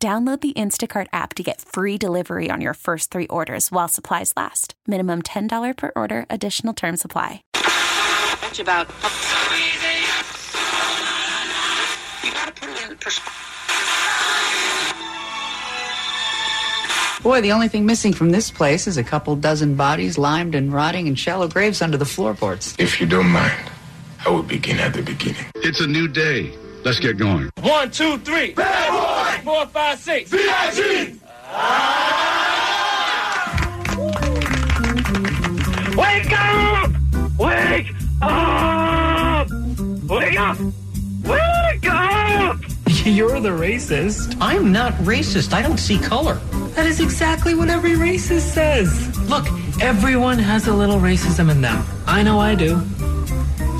Download the Instacart app to get free delivery on your first three orders while supplies last. Minimum $10 per order, additional term supply. Much about. You gotta put it in perspective. Boy, the only thing missing from this place is a couple dozen bodies limed and rotting in shallow graves under the floorboards. If you don't mind, I will begin at the beginning. It's a new day. Let's get going. One, two, three. Bad boy. Four, five, six. VIG. Wake up! Wake up! Wake up! Wake up! You're the racist. I'm not racist. I don't see color. That is exactly what every racist says. Look, everyone has a little racism in them. I know I do.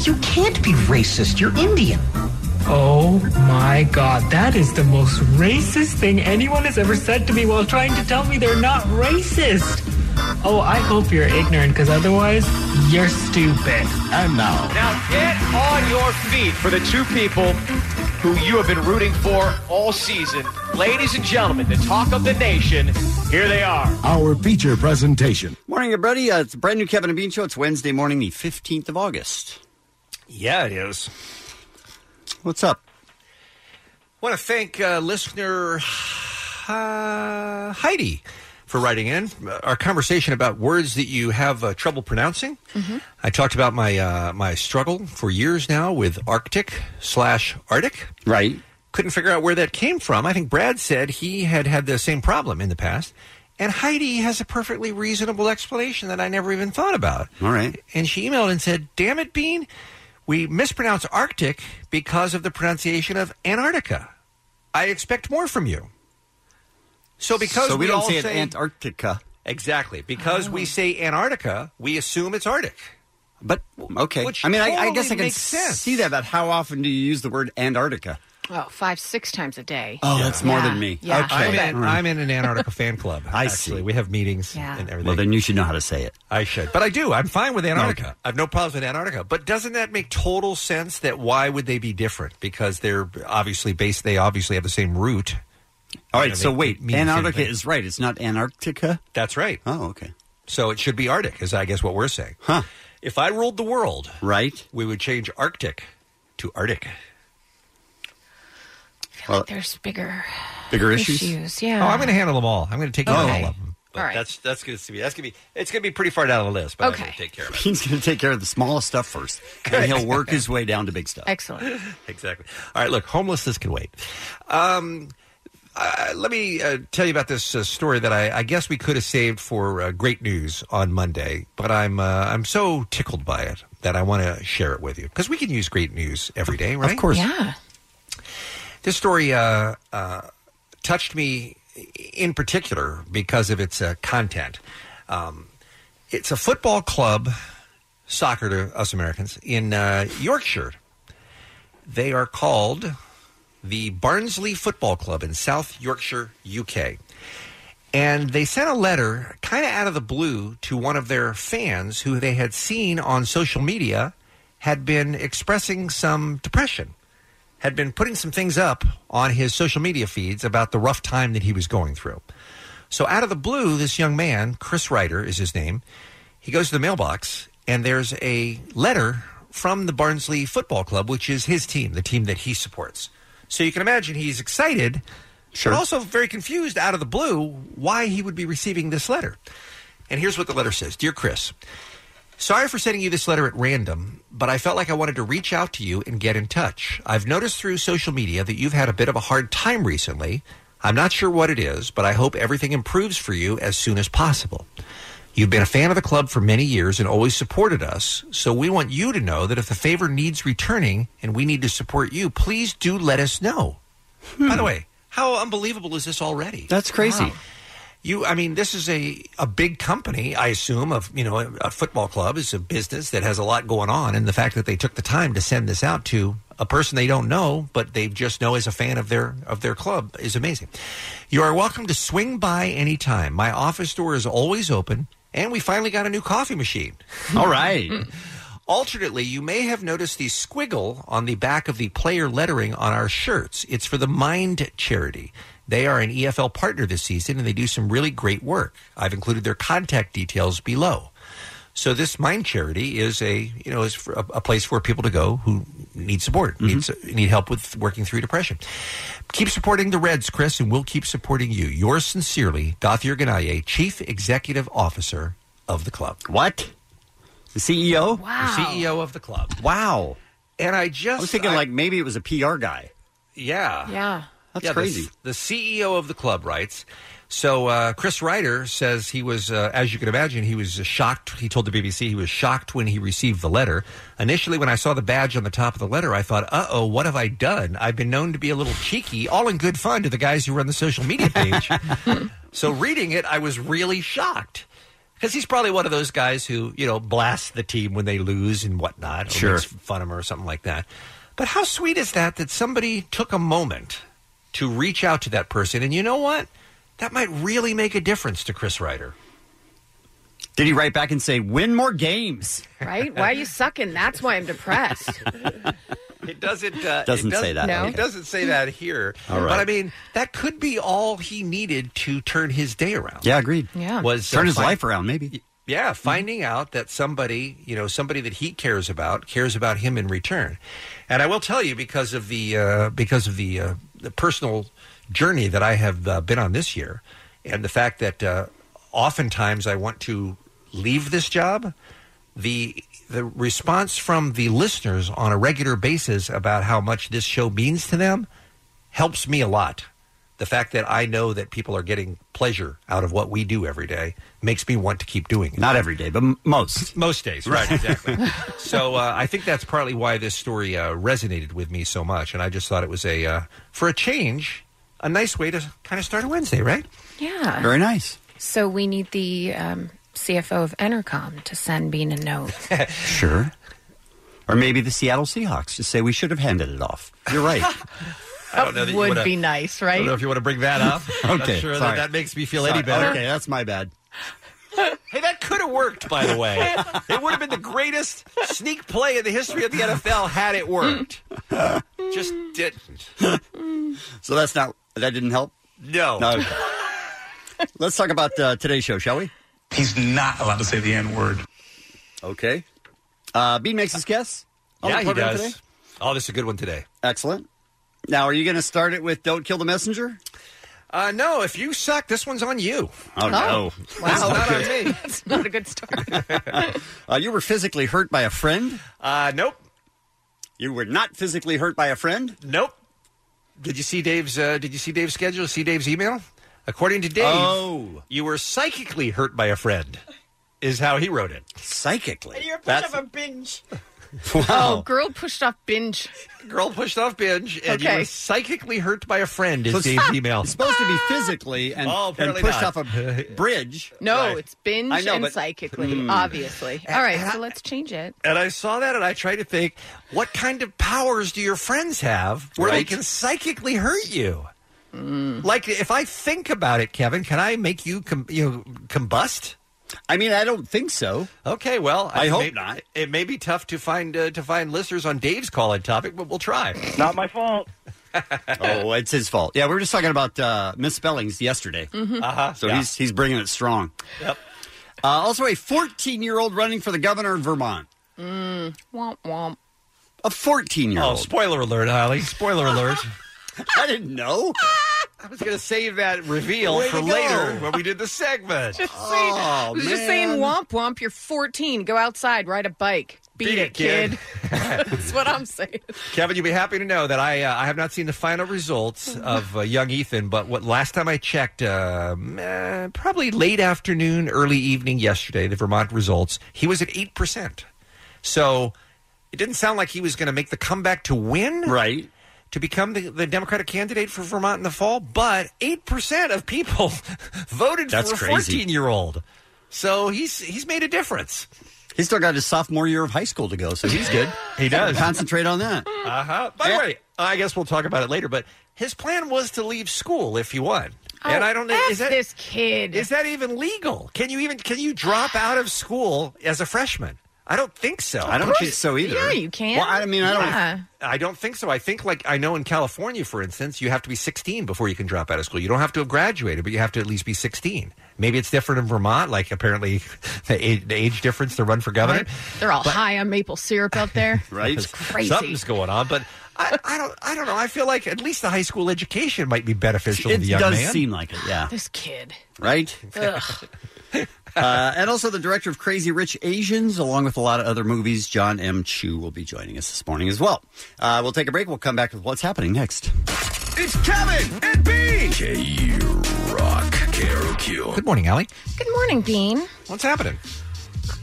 You can't be racist. You're Indian. Oh my god, that is the most racist thing anyone has ever said to me while trying to tell me they're not racist. Oh, I hope you're ignorant because otherwise, you're stupid. I'm not. Now get on your feet for the two people who you have been rooting for all season. Ladies and gentlemen, the talk of the nation, here they are. Our feature presentation. Morning, everybody. Uh, it's a brand new Kevin and Bean Show. It's Wednesday morning, the 15th of August. Yeah, it is. What's up? want to thank uh, listener uh, Heidi for writing in our conversation about words that you have uh, trouble pronouncing. Mm-hmm. I talked about my uh, my struggle for years now with Arctic slash Arctic. Right. Couldn't figure out where that came from. I think Brad said he had had the same problem in the past, and Heidi has a perfectly reasonable explanation that I never even thought about. All right. And she emailed and said, "Damn it, Bean, we mispronounce Arctic because of the pronunciation of Antarctica. I expect more from you." So because so we, we don't all say, it say- Antarctica, Exactly. Because we say Antarctica, we assume it's Arctic. but okay. Which I mean, I, I totally guess I can makes sense. see that. But how often do you use the word Antarctica? Oh, five, six times a day. Oh, that's more Yeah. than me. Yeah. I'm, in, All right. I'm in an Antarctica fan club. I actually. see. We have meetings Yeah. and everything. Well, then you should know how to say it. I should. But I do. I'm fine with Antarctica. I have no problems with Antarctica. But doesn't that make total sense that why would they be different? Because they're obviously based, they obviously have the same root. All You know, right. So they- wait, they mean the same Antarctica thing. is right. It's not Antarctica. That's right. Oh, okay. So it should be Arctic, is I guess what we're saying. Huh. If I ruled the world, Right. we would change Arctic to Arctic. I feel Well, like there's bigger Uh, Bigger issues. issues. Yeah. Oh, I'm going to handle them all. I'm going to take care of Okay. all of them. But All right. That's that's going to be that's going to be it's going to be pretty far down the list. But I'm Okay. going to take care of it. He's going to take care of the smallest stuff first, and he'll work his way down to big stuff. Excellent. Exactly. All right. Look, homelessness can wait. Um, uh, let me uh, tell you about this uh, story that I, I guess we could have saved for uh, great news on Monday, but I'm uh, I'm so tickled by it that I want to share it with you because we can use great news every day, right? Of course. Yeah. This story uh, uh, touched me in particular because of its uh, content. Um, it's a football club, soccer to us Americans, in uh, Yorkshire. They are called the Barnsley Football Club in South Yorkshire, UK. And they sent a letter kind of out of the blue to one of their fans who they had seen on social media had been expressing some depression had been putting some things up on his social media feeds about the rough time that he was going through. So, out of the blue, this young man, Chris Ryder is his name, he goes to the mailbox and there's a letter from the Barnsley Football Club, which is his team, the team that he supports. So, you can imagine he's excited, Sure. but also very confused out of the blue why he would be receiving this letter. And here's what the letter says Dear Chris, Sorry for sending you this letter at random, but I felt like I wanted to reach out to you and get in touch. I've noticed through social media that you've had a bit of a hard time recently. I'm not sure what it is, but I hope everything improves for you as soon as possible. You've been a fan of the club for many years and always supported us, so we want you to know that if the favor needs returning and we need to support you, please do let us know. By the way, How unbelievable is this already? That's crazy. You, I mean, this is a, a big company, I assume, of, you know, a, a football club is a business that has a lot going on. And the fact that they took the time to send this out to a person they don't know, but they just know as a fan of their, of their club is amazing. You are welcome to swing by anytime. My office door is always open. And we finally got a new coffee machine. All right. Alternately, you may have noticed the squiggle on the back of the player lettering on our shirts. It's for the Mind Charity. They are an EFL partner this season and they do some really great work. I've included their contact details below. So this Mind Charity is a you know is for a, a place for people to go who need support, Mm-hmm. needs need help with working through depression. Keep supporting the Reds, Chris, and we'll keep supporting you. Yours sincerely, Dothier Ganaye, Chief Executive Officer of the club. What? The E CEO? Wow. The CEO E of the club. Oh, Wow. And I just I was thinking I- like maybe it was a PR guy. Yeah. Yeah. That's Yeah, the- crazy. The, CEO of the club writes. So uh, Chris Ryder says he was, uh, as you can imagine, he was shocked. He told the BBC he was shocked when he received the letter. Initially, when I saw the badge on the top of the letter, I thought, "Uh oh, what have I done?" I've been known to be a little cheeky, all in good fun, to the guys who run the social media page. so reading it, I was really shocked because he's probably one of those guys who you know blast the team when they lose and whatnot, or Sure. makes fun of 'em or something like that. But how sweet is that that somebody took a moment to reach out to that person, and you know what? That might really make a difference to Chris Ryder. Did he write back and say, win more games? Right? Why are you sucking? That's why I'm depressed. It doesn't uh, Doesn't it say that, No. It doesn't say that here. All right. But I mean, that could be all he needed to turn his day around. Yeah, agreed. Yeah. Was, uh, Turn his fine. life around, maybe. Yeah, finding out that somebody, you know, somebody that he cares about cares about him in return. And I will tell you because of the uh, because of the uh, the personal journey that I have uh, been on this year, and the fact that uh, oftentimes I want to leave this job. The the response from the listeners on a regular basis about how much this show means to them helps me a lot. The fact that I know that people are getting pleasure out of what we do every day makes me want to keep doing it. Not every day, but m- most. Most days, right? Exactly. so uh, I think that's partly why this story uh, resonated with me so much, and I just thought it was a uh, for a change, a nice way to kind of start a Wednesday, right? yeah. nice. So we need the um, CFO of Entercom to send Bean a note. Sure. Or maybe the Seattle Seahawks just say we should have handed it off. You're right. I don't know that you Would wanna- be nice, I right? don't know if you want to bring that up. I'm not Okay, sure that sorry. that makes me feel Sorry. any better. Okay, that's my bad. Hey, that could have worked, by the way. it would have been the greatest sneak play in the history of the NFL had it worked. Just didn't. So that's not that didn't help. No. No. Let's talk about uh, today's show, shall we? He's not allowed to say the N word. Okay. Uh, Bean makes his guess. on the program today? Oh, this is a good one today. Excellent. Now, are you going to start it with "Don't kill the messenger"? Uh, no, if you suck, this one's on you. Oh, no! Wow, not on Okay. me. That's not a good start. Uh, you were physically hurt by a friend. Uh, nope. You were not physically hurt by a friend. Nope. Did you see Dave's? Uh, did you see Dave's schedule? See Dave's email? According to Dave, Oh. you were psychically hurt by a friend. Is how he wrote it. Psychically. You're a bit That's of a binge. Oh, girl pushed off binge. girl pushed off binge, and you Okay. were psychically hurt by a friend. Is So it's- Dave's email? It's supposed to be physically and, Oh, and apparently pushed not. off a bridge. No, Right. it's binge I know, and but- psychically, Hmm. obviously. All right, so let's change it. And I saw that, and I tried to think, what kind of powers do your friends have where Right. Mm. they can psychically hurt you? Like, if I think about it, Kevin, can I make you, com- you know, combust? I mean, I don't think so. Okay, well, I it hope may- not. It may be tough to find uh, to find listeners on Dave's call-in topic, but we'll try. Not my fault. oh, it's his fault. Yeah, we were just talking about uh, misspellings yesterday. Uh-huh. So Yeah. he's he's bringing it strong. Yep. Uh, also, a 14 year old running for the governor of Vermont. Mm, womp womp. A 14 year Oh, old. spoiler alert, Holly! Spoiler alert! I didn't know. I was going to save that reveal Way for to go. later when we did the segment. Just saying, Oh, I was just saying womp womp. You're 14. Go outside, ride a bike. Beat, Beat it, kid. That's what I'm saying. Kevin, you'll be happy to know that I uh, I have not seen the final results of uh, young Ethan, but what last time I checked, um, uh, probably late afternoon, early evening yesterday, the Vermont results, he was at eight percent. So it didn't sound like he was going to make the comeback to win, Right. to become the, the Democratic candidate for Vermont in the fall, but 8% of people voted That's for a crazy. 14 year old. So he's he's made a difference. He's still got his sophomore year of high school to go, so he's good. He does. Concentrate on that. Uh huh. By the way, I guess we'll talk about it later, but his plan was to leave school if he won. and Oh, I don't know F is that this kid? is that even legal? Can you even can you drop out of school as a freshman? I don't think so. I don't think so either. Yeah, you can. Well, I mean, I don't- Yeah. I don't think so. I think, like I know in California, for instance, you have to be 16 before you can drop out of school. You don't have to have graduated, but you have to at least be 16. Maybe it's different in Vermont. Like apparently, the age, the age difference to run for governor. They're all But- high on maple syrup out there. Right? It's crazy. Something's going on, but I, I don't. I don't know. I feel like at least the high school education might be beneficial to It the young does man. seem like it, yeah. This kid. right? Ugh. Uh, and also the director of Crazy Rich Asians, along with a lot of other movies, John M. Chu, will be joining us this morning as well. Uh, we'll take a break. We'll come back with what's happening next. It's Kevin and B. K Rock Q. Good morning, Allie. Good morning, Bean. What's happening?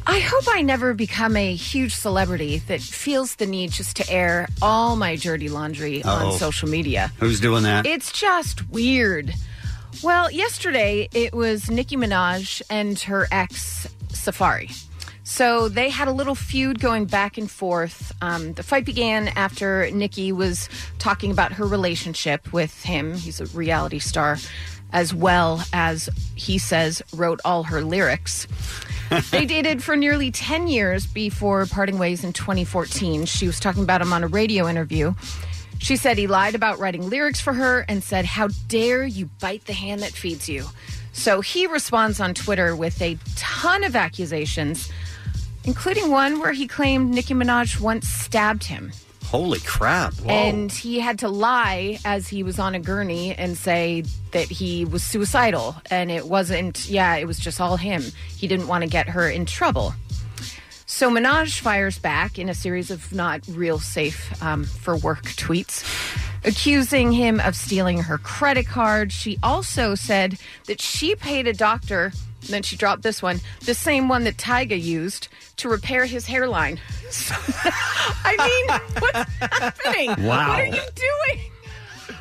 I hope I never become a huge celebrity that feels the need just to air all my dirty laundry on Uh-oh. social media. Who's doing that? It's just weird. Well, yesterday it was Nicki Minaj and her ex Safari. So they had a little feud going back and forth. Um, the fight began after Nicki was talking about her relationship with him. He's a reality star, as well as, he says, wrote all her lyrics. they dated for nearly 10 years before parting ways in 2014. She was talking about him on a radio interview. She said he lied about writing lyrics for her and said, How dare you bite the hand that feeds you? So he responds on Twitter with a ton of accusations, including one where he claimed Nicki Minaj once stabbed him. Holy crap. Whoa. And he had to lie as he was on a gurney and say that he was suicidal. And it wasn't, yeah, it was just all him. He didn't want to get her in trouble. So Minaj fires back in a series of not real safe um, for work tweets, accusing him of stealing her credit card. She also said that she paid a doctor, and then she dropped this one, the same one that Tyga used to repair his hairline. I mean, what's happening? Wow. What are you doing?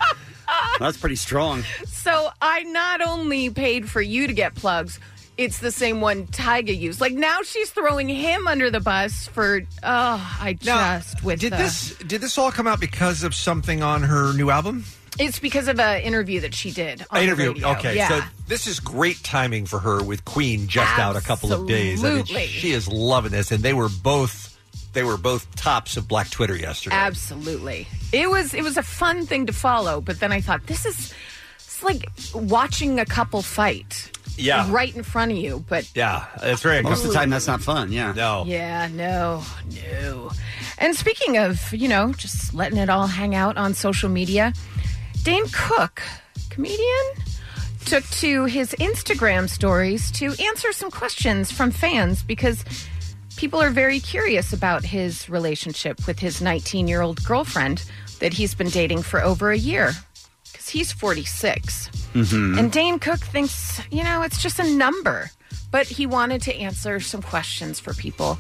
That's pretty strong. So I not only paid for you to get plugs, it's the same one Tyga used. Like now she's throwing him under the bus for oh, I just with Did the- this did this all come out because of something on her new album? It's because of an interview that she did. On the interview. radio. Okay, yeah. so this is great timing for her with Queen just out a couple of days. I mean, Absolutely. she is loving this, and they were both they were both tops of Black Twitter yesterday. Absolutely. It was it was a fun thing to follow, but then I thought this is it's like watching a couple fight. Yeah. Right in front of you, but yeah, that's very Most of the time, that's not fun. Yeah. No. Yeah, no, no. And speaking of, you know, just letting it all hang out on social media, Dane Cook, comedian, took to his Instagram stories to answer some questions from fans because people are very curious about his relationship with his 19 year old girlfriend that he's been dating for over a year because he's 46. Mm-hmm. And Dane Cook thinks, you know, it's just a number. But he wanted to answer some questions for people.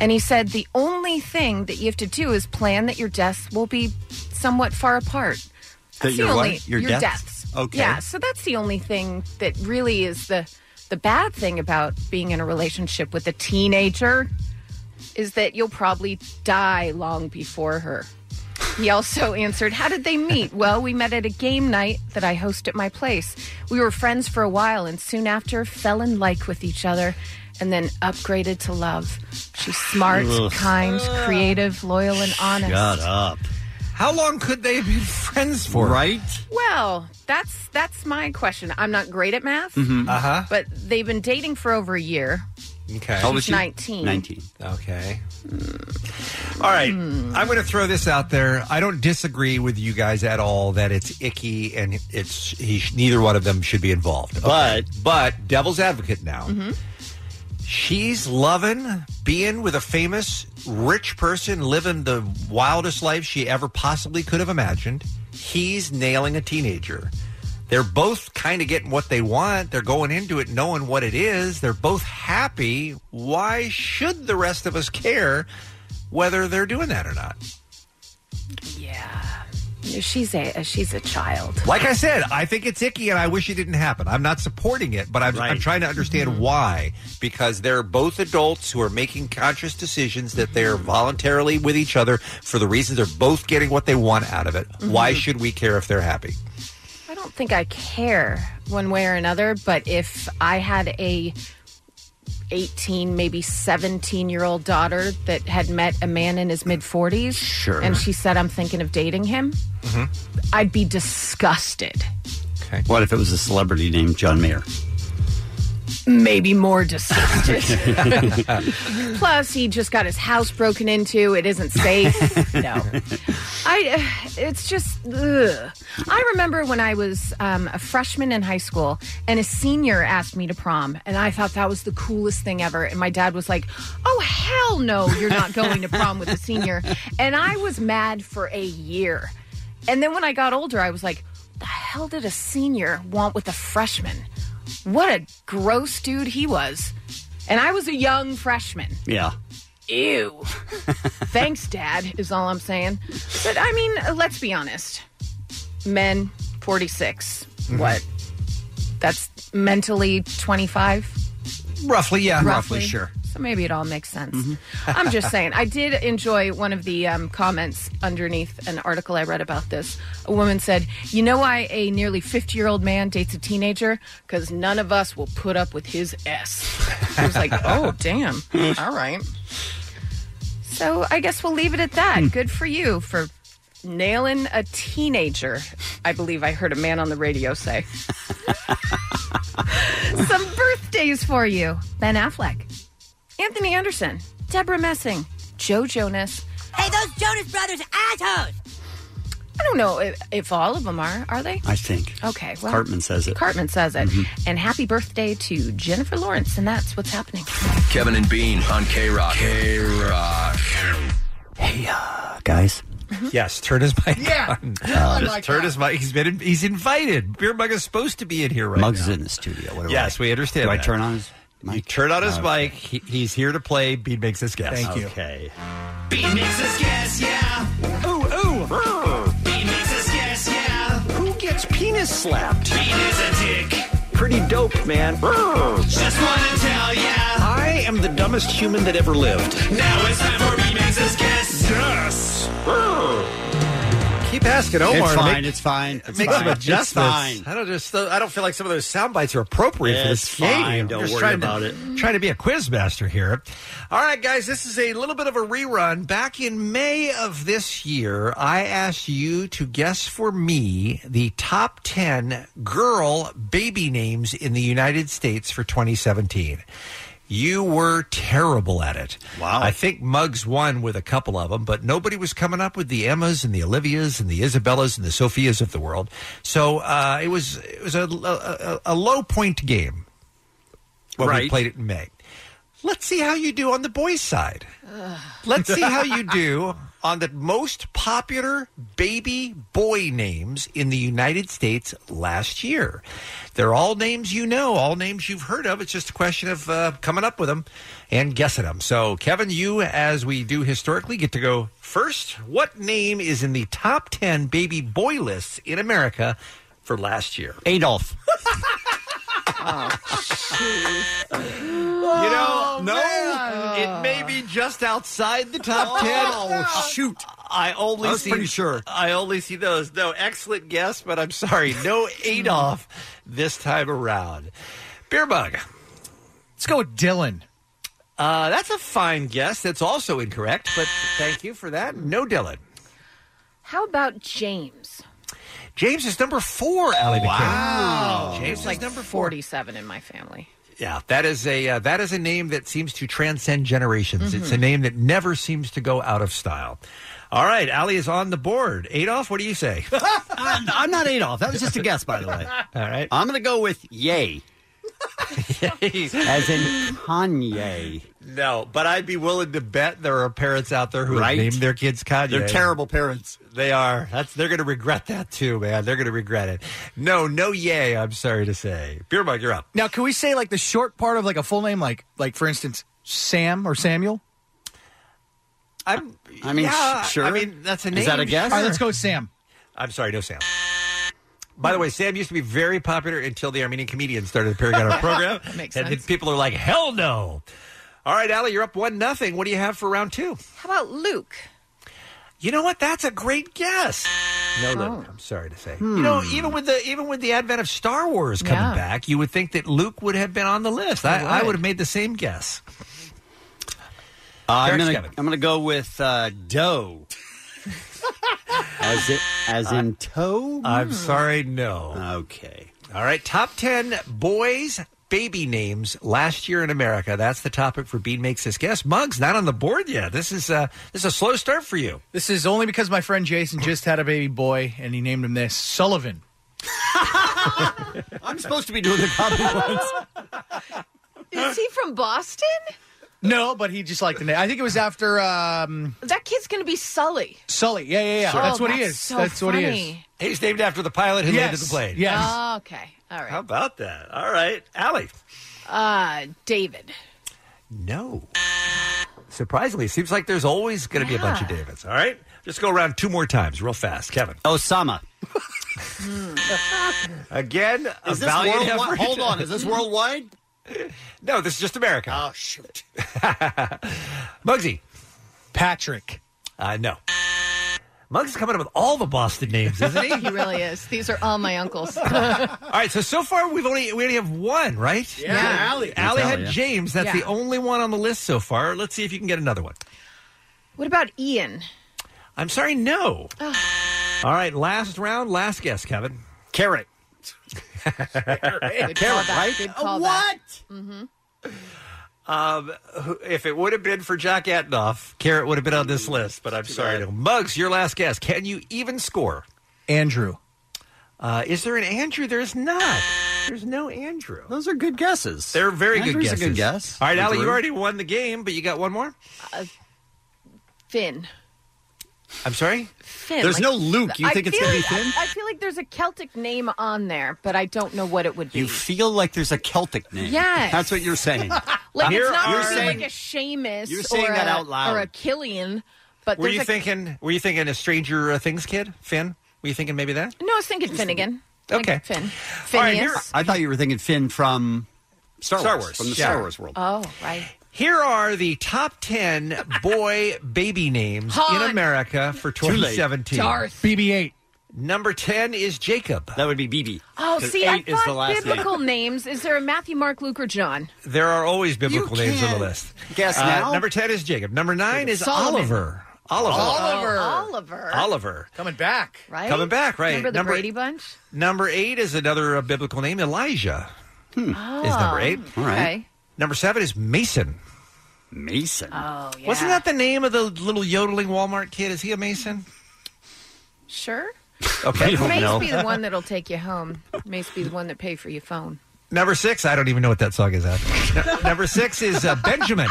And he said the only thing that you have to do is plan that your deaths will be somewhat far apart. That That's your the only what? Your deaths? Okay. Yeah, so that's the only thing that really is the the bad thing about being in a relationship with a teenager is that you'll probably die long before her. He also answered, How did they meet? Well, we met at a game night that I host at my place. We were friends for a while and soon after fell in like with each other and then upgraded to love. She's smart, Ugh. kind, creative, loyal, and honest. Shut up. How long could they have been friends for? Right? Well, that's that's my question. I'm not great at math, Mm-hmm. Mhm. Uh-huh. but they've been dating for over a year. Okay. How old is She's she? 19. 19. Okay. All right. I'm going to throw this out there. I don't disagree with you guys at all that it's icky and it's he, neither one of them should be involved. But but devil's advocate now. She's loving being with a famous rich person, living the wildest life she ever possibly could have imagined. He's nailing a teenager. They're both kind of getting what they want. They're going into it knowing what it is. They're both happy. Why should the rest of us care whether they're doing that or not? She's a she's a child. Like I said, I think it's icky, and I wish it didn't happen. I'm not supporting it, but I'm, I'm trying to understand why, because they're both adults who are making conscious decisions that they're voluntarily with each other for the reasons they're both getting what they want out of it. Why should we care if they're happy? I don't think I care one way or another, but if I had a 18, maybe 17 year old daughter that had met a man in his mid 40s, Sure. and she said, I'm thinking of dating him, mm-hmm. I'd be disgusted. What if it was a celebrity named John Mayer? Maybe more disgusted. Plus, he just got his house broken into. It isn't safe. no. I, it's just, ugh. I remember when I was um, a freshman in high school and a senior asked me to prom, and I thought that was the coolest thing ever. And my dad was like, oh, hell no, you're not going to prom with a senior. And I was mad for a year. And then when I got older, I was like, the hell did a senior want with a freshman? What a gross dude he was. And I was a young freshman. Yeah. Ew. Thanks, Dad, is all I'm saying. But I mean, uh, let's be honest. Men, 46. Hmm. What? That's mentally 25. Roughly, Mm-hmm. yeah. Roughly. So maybe it all makes sense. I'm just saying. I did enjoy one of the um, comments underneath an article I read about this. A woman said, You know why a nearly 50 year old man dates a teenager? Because none of us will put up with his S. I was like, Oh, damn. All right. So I guess we'll leave it at Hmm. that. Good for you for nailing a teenager, I believe I heard a man on the radio say. Some birthdays for you Ben Affleck, Anthony Anderson, Deborah Messing, Joe Jonas. Hey, those Jonas brothers assholes! I don't know if, if all of them are, are they? I think. Okay, well. Cartman says it. Mm-hmm. Cartman says it. And happy birthday to Jennifer Lawrence, and that's what's happening. Kevin and Bean on K Rock. K Rock. Hey, uh, guys. Yes, turn his mic Yeah. on. Oh Yeah, I Just like turn his mic. He's been in, he's invited. Beer mug is supposed to be in here right Muggs now. is in the studio. What do yes, I- we understand. Do I that. turn on his mic? You turn on his Oh, okay. mic. He, he's here to play. Bean makes his guess. Thank you. Okay. Bean makes us guess, yeah. Ooh, ooh. Bean makes us guess, yeah. Who gets penis slapped? Bean is a dick. Pretty dope, man. Just wanna tell ya. I am the dumbest human that ever lived. Now it's time for Bean makes us guess. Yes. Keep asking Omar. It's to fine. make- it's fine. It's make fine. some adjustments. It's fine. I don't just. I don't feel like some of those sound bites are appropriate for It's this game. fine. Don't I'm just worry trying about to, it. Trying to be a quiz master here. All right, guys. This is a little bit of a rerun. Back in May of this year, I asked you to guess for me the top ten girl baby names in the United States for 2017. You were terrible at it. Wow. I think Muggs won with a couple of them, but nobody was coming up with the Emmas and the Olivias and the Isabellas and the Sophias of the world. So uh, it was it was a, a, a low point game when we Right. played it in May. Let's see how you do on the boys' side. Let's see how you do on the most popular baby boy names in the United States last year. They're all names you know, all names you've heard of. It's just a question of uh, coming up with them and guessing them. So, Kevin, you, as we do historically, get to go first. What name is in the top 10 baby boy lists in America for last year? Adolf. You know, no, it may be just outside the top ten. Oh, shoot! I only I was see, pretty sure. I only see those. No, excellent guess, but I'm sorry, no Adolf this time around. Beer bug. Let's go with Dylan. Uh, that's a fine guess. That's also incorrect, but thank you for that. No Dylan. How about James? James is number four. Allie McKinnon. James There's is like number four. 47 in my family. Yeah, that is a uh, that is a name that seems to transcend generations. It's a Mm-hmm. Mhm. name that never seems to go out of style. All right, Ali is on the board. Adolf, what do you say? I'm, I'm not Adolf. That was just a guess, by the way. All right. I'm going to go with yay. As in Kanye. No, but I'd be willing to bet there are parents out there who have Right? named their kids Kanye. They're terrible parents. They are. That's they're going to regret that too, man. They're going to regret it. No, no, yay. I'm sorry to say, beer mug, you're up. Now, can we say like the short part of like a full name, like like for instance Sam or Samuel? I'm. I mean, yeah, sh- sure. I mean, that's a name. All right, let's sure. go with Sam. I'm sorry, no Sam. By the way, Sam used to be very popular until the Armenian comedian started appearing on our program. That makes and sense. people are like, hell no. All right, Allie, you're up one nothing. What do you have for round two? How about Luke? You know what? That's a great guess. No, Oh. Luke. I'm sorry to say. You know, even with the even with the advent of Star Wars coming Hmm. Yeah. back, you would think that Luke would have been on the list. I, He I would. would have made the same guess. Uh, I'm Eric's gonna got it. I'm gonna go with uh, dough. as it, as Uh, in toe. I'm sorry, no. Okay. All right. Top 10 boys' baby names last year in America. That's the topic for Bean Makes This Guess. Muggs, not on the board yet. This is, uh, this is a slow start for you. This is only because my friend Jason just had a baby boy and he named him this Sullivan. I'm supposed to be doing the copy ones. Is he from Boston? No, but he just liked the name. I think it was after um, That kid's going to be Sully. Sully. Yeah, yeah, yeah. Sure. That's Oh, what he that's is. so that's what he is. funny. He's named after the pilot who landed Yes. the plane. Yes. Oh, okay. All right. How about that? All right. Allie. Uh, David. No. Surprisingly, seems like there's always going to be a bunch of Ah. Davids. All right. Just go around two more times, real fast. Kevin. Osama. Again, a Is this valiant worldwide- effort. hold on, is this worldwide? no, this is just America. Oh, shoot. Muggsy. Patrick. Uh, no. Muggs is coming up with all the Boston names, isn't he? he really is. These are all my uncles. all right, so so far we've only we only have one, right? Yeah, Yeah. Allie. Allie That's had Allie, yeah. James. That's the Yeah. only one on the list so far. Let's see if you can get another one. what about Ian? I'm sorry, no. Ugh. All right, last round, last guess, Kevin. Carrot. Good Carrot, callback. Good callback. Mhm. Um, who- if it would have been for Jack Atnoff, Carrot would have been on this list, but I'm sorry. No. Muggs, your last guess. Can you even score? Andrew. Uh, is there an Andrew? There's not. There's no Andrew. Those are good guesses. They're very good Andrew's guesses. a good guess. All right, Allie, you Drew. already won the game, but you got one more? Uh, Finn. I'm sorry? Finn. There's like- no Luke. You I think it's feel gonna be like- I- Finn? I, feel like there's a Celtic name on there, but I don't know what it would be. You feel like there's a Celtic name. Yes. That's what you're saying. like Here it's not are- gonna be You're saying- like a Seamus you're saying or, that a, out loud. or a Killian, but Were there's you a, thinking were you thinking a Stranger uh, Things kid? Finn? Were you thinking maybe that? No, I was thinking Finnegan. Okay. Like Finn. right, Phineas. I thought you were thinking Finn from Star, Star Wars. Wars, From the yeah. Star Wars world. oh, right. Here are the top 10 boy baby names Han. in America for Too late. 2017. Darth. BB-8. Number 10 is Jacob. That would be BB. Oh, see, I thought biblical names. Is there a Matthew, Mark, Luke, or John? There are always biblical You names on the can't list. Uh, guess now. Number 10 is Jacob. Number 9 is Solomon. Oliver. Oliver. Oliver. Oh, Oliver. Oliver. Coming back. Right? Coming back, right. Remember the Number- Brady Bunch? Number eight is another uh, biblical name, Elijah. Oh. Is number eight. All right. okay. Number seven is Mason. Mason. Oh, yeah. Wasn't that the name of the little yodeling Walmart kid? Is he a Mason? Sure. Okay. Mace be the one that'll take you home. Mace be the one that pay for your phone. Number six, I don't even know what that song is. After. No- Number six is uh, Benjamin.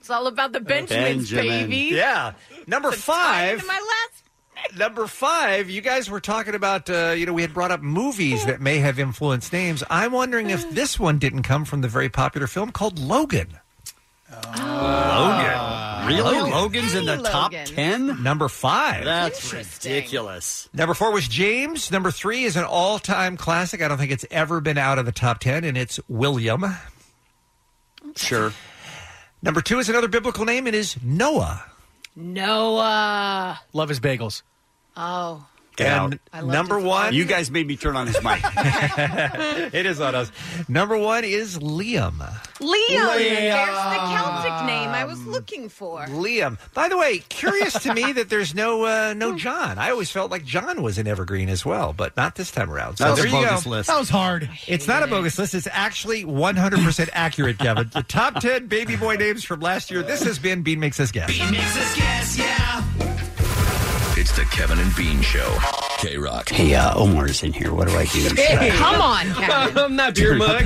It's all about the Benjamins, baby. Yeah. Number five. To my last. Number five, you guys were talking about, uh, you know, we had brought up movies that may have influenced names. I'm wondering if this one didn't come from the very popular film called Logan. Uh, Logan. Really? Oh, Logan's in the Hey, top Logan. 10? Number five. That's ridiculous. Number four was James. Number three is an all time classic. I don't think it's ever been out of the top 10, and it's William. Sure. Number two is another biblical name. It is Noah. Noah. Love his bagels. Oh. And I loved number it. one. You guys made me turn on his mic. it is on us. Number one is Liam. Liam. There's the Celtic Liam. name I was looking for. Liam. By the way, curious to me that there's no uh, no John. I always felt like John was in Evergreen as well, but not this time around. So That was there a you bogus go. Oh, list. That was hard. It's not a bogus list. It's actually 100% accurate, Kevin. The top 10 baby boy names from last year. This has been Bean Makes Us Guess. Makes us guess, yeah. It's the Kevin and Bean Show. K Rock. hey, uh, Omar's in here. What do I do? Should I- Come on, Kevin. I'm not beer mug.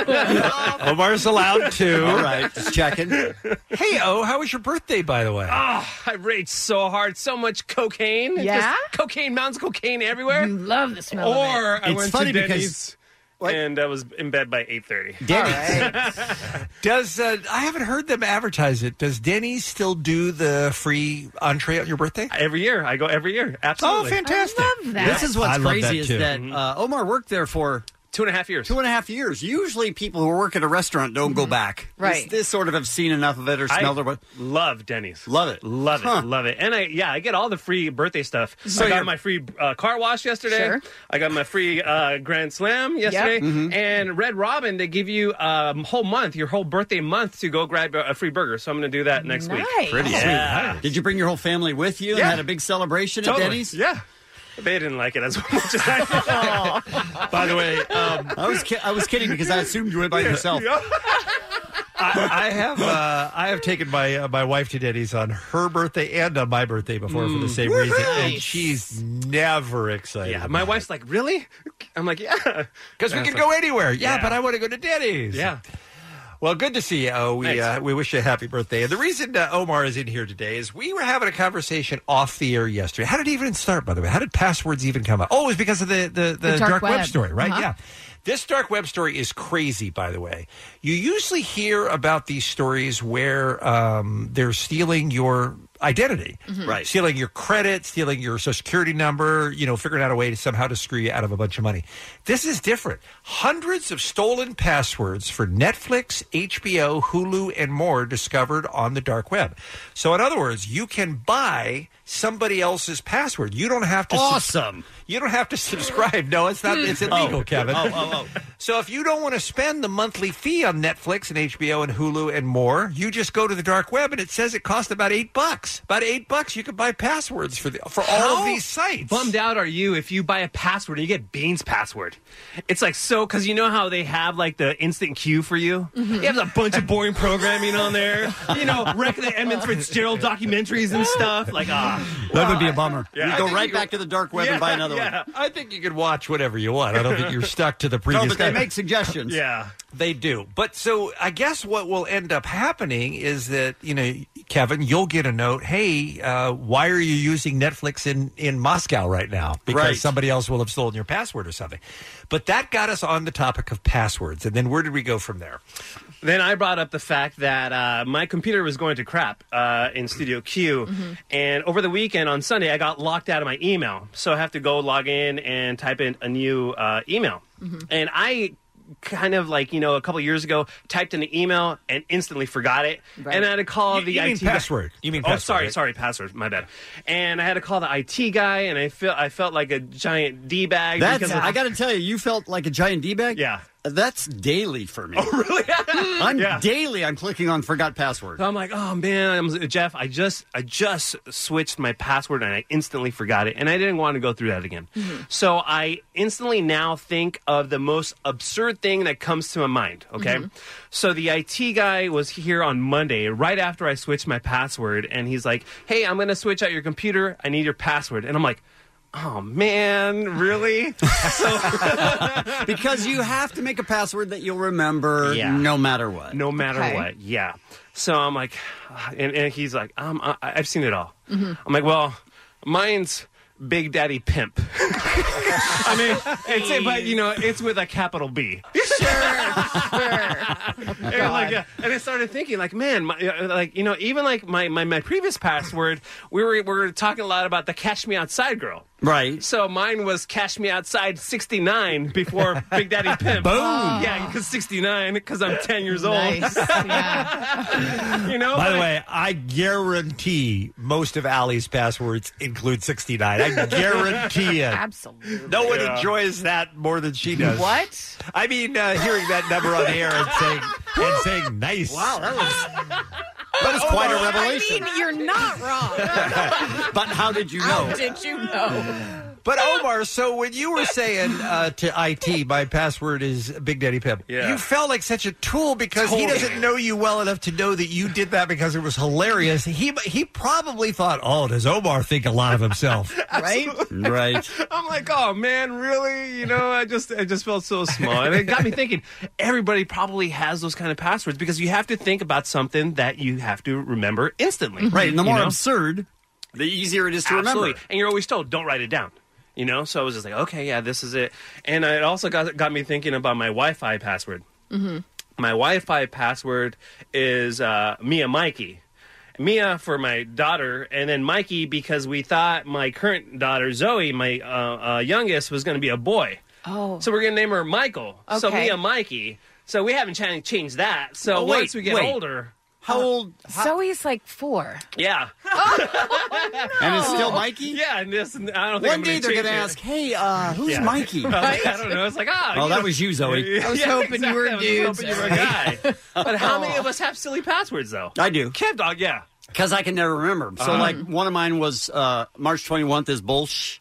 Omar's allowed to. All right, just checking. Hey, O, how was your birthday, by the way? Ah. Oh, I raged so hard, so much cocaine. Yeah? Just cocaine mountains, cocaine everywhere. Love the smell or of it. I went to Denny's. and I was in bed by eight thirty. Does uh, I haven't heard them advertise it? Does Denny's still do the free entree on your birthday every year? I go every year. Absolutely. Oh, fantastic! This is what's crazy is that uh, Omar worked there for Mm-hmm. two and a half years. Two and a half years. Usually, people who work at a restaurant don't go back. Right. This, this sort of have seen enough of it or smelled I it. love Denny's. Love it. Love it. Huh. Love it. And I yeah, I get all the free birthday stuff. So I got you're- my free uh, car wash yesterday. Sure. I got my free uh, Grand Slam yesterday. Mhm. And Red Robin, they give you a um, whole month, your whole birthday month, to go grab a, a free burger. So I'm going to do that next week. Pretty Yeah. sweet. Did you bring your whole family with you Yeah. and had a big celebration Totally. at Denny's? Yeah. They didn't like it as much as I did. By the way, um, I was ki- I was kidding because I assumed you went by Yeah. yourself. Yeah. I, I have uh, I have taken my uh, my wife to Denny's on her birthday and on my birthday before for the Mm. same Woohoo! reason, and she's never excited. Yeah, about my wife's like, really? I'm like, yeah, because we can go anywhere. Yeah, but I want to go to Denny's. Yeah. Well, good to see you. Oh, we uh, we wish you a happy birthday. And the reason uh, Omar is in here today is we were having a conversation off the air yesterday. How did it even start, by the way? How did passwords even come up? Oh, it was because of the the, the, dark, web. story, right? Uh-huh. Yeah. This dark web story is crazy, by the way. You usually hear about these stories where um, they're stealing your identity, Mhm. Right. Stealing your credit, stealing your social security number, you know, figuring out a way to somehow to screw you out of a bunch of money. This is different. Hundreds of stolen passwords for Netflix, HBO, Hulu, and more discovered on the dark web. So, in other words, you can buy somebody else's password. You don't have to. Awesome. you don't have to subscribe. No, it's not. It's illegal, Oh. Kevin. Oh, oh, So if you don't want to spend the monthly fee on Netflix and HBO and Hulu and more, you just go to the dark web and it says it costs about eight bucks. About eight bucks, you could buy passwords for the, for all of these sites. Bummed out are you if you buy a password and you get Bean's password? It's like so because you know how they have like the instant queue for you. Mm-hmm. You have a bunch of boring programming on there. You know, wreck the Edmund Fitzgerald documentaries and stuff. Like ah, that would be a bummer. Yeah, I you go think right you- back to the dark web Yeah, and buy another one. yeah. I think you could watch whatever you want. I don't think you're stuck to the previous. No, but they guide. make suggestions. Yeah. They do. But so I guess what will end up happening is that, you know, Kevin, you'll get a note, hey, uh, why are you using Netflix in, in Moscow right now? Because Right. somebody else will have stolen your password or something. But that got us on the topic of passwords. And then where did we go from there? Then I brought up the fact that uh, my computer was going to crap uh, in Studio Q, and over the weekend on Sunday I got locked out of my email, so I have to go log in and type in a new uh, email, and I kind of like you know a couple years ago typed in an email and instantly forgot it, and I had to call You- the you mean IT guy- password. You mean oh password, sorry right? sorry password my bad, and I had to call the IT guy and I felt I felt like a giant d bag. That's, because of- I got to tell you, you felt like a giant d bag. Yeah, that's daily for me. Oh, really? I'm Yeah. daily. I'm clicking on forgot password. So I'm like, oh man, I'm, Jeff, I just I just switched my password and I instantly forgot it, and I didn't want to go through that again. So I instantly now think of the most absurd thing that comes to my mind. Okay, so the IT guy was here on Monday, right after I switched my password, and he's like, hey, I'm gonna switch out your computer. I need your password, and I'm like. Oh man, really? so because you have to make a password that you'll remember Yeah. no matter what. no matter what, yeah. So I'm like, and, and he's like, um, I, I've seen it all. Mhm. I'm like, well, mine's Big Daddy Pimp. I mean, it's but you know, it's with a capital B. And, like, yeah, and I started thinking, like, man, my, uh, like you know, even like my, my, my previous password, we were we were talking a lot about the Cash Me Outside girl. Right. So mine was Cash Me Outside 69 before Big Daddy Pimp. Boom. Yeah, because 69, because I'm 10 years old. Nice, you know? By but the I- way, I guarantee most of Ali's passwords include 69. I guarantee it. Absolutely. No one Yeah. enjoys that more than she does. What? I mean, uh, hearing that number on air and saying and saying nice. Wow, that was that was quite a I mean, you're not wrong. but how did you How did you know? But Omar, so when you were saying uh, to IT, my password is Big Daddy Pimp. You felt like such a tool because he Totally. doesn't know you well enough to know that you did that because it was hilarious. He he probably thought, oh, does Omar think a lot of himself? Right? right. I'm like, oh man, really? You know, I just I just felt so small, and it got me thinking. Everybody probably has those kind of passwords because you have to think about something that you have to remember instantly. Right, and the you more know? absurd, the easier it is to Absolutely. remember. and you're always told, don't write it down. You know, so I was just like, okay, yeah, this is it. And it also got got me thinking about my Wi-Fi password. Mm-hmm. My Wi-Fi password is uh, Mia Mikey. Mia for my daughter, and then Mikey because we thought my current daughter Zoe, my uh, uh, youngest, was going to be a boy. Oh. So we're gonna name her Michael. So Okay. Mia Mikey. So we haven't cha- changed that. So Oh, wait, once we get wait. older, How old? Zoe's like four. yeah. Oh, And it's still Mikey. Yeah, and this I don't think One I'm day they're change gonna it. ask, "Hey, uh, who's Yeah. Mikey?" Right? I don't know. It's like ah. Oh, you that know- was you, Zoe. Yeah, I was hoping you were a exactly. I was hoping dude, you were a guy. But how many of us have silly passwords though? I do. Kev dog, yeah. Because I can never remember 'em. So, Uh-huh. like, one of mine was uh, March 21th is bullsh.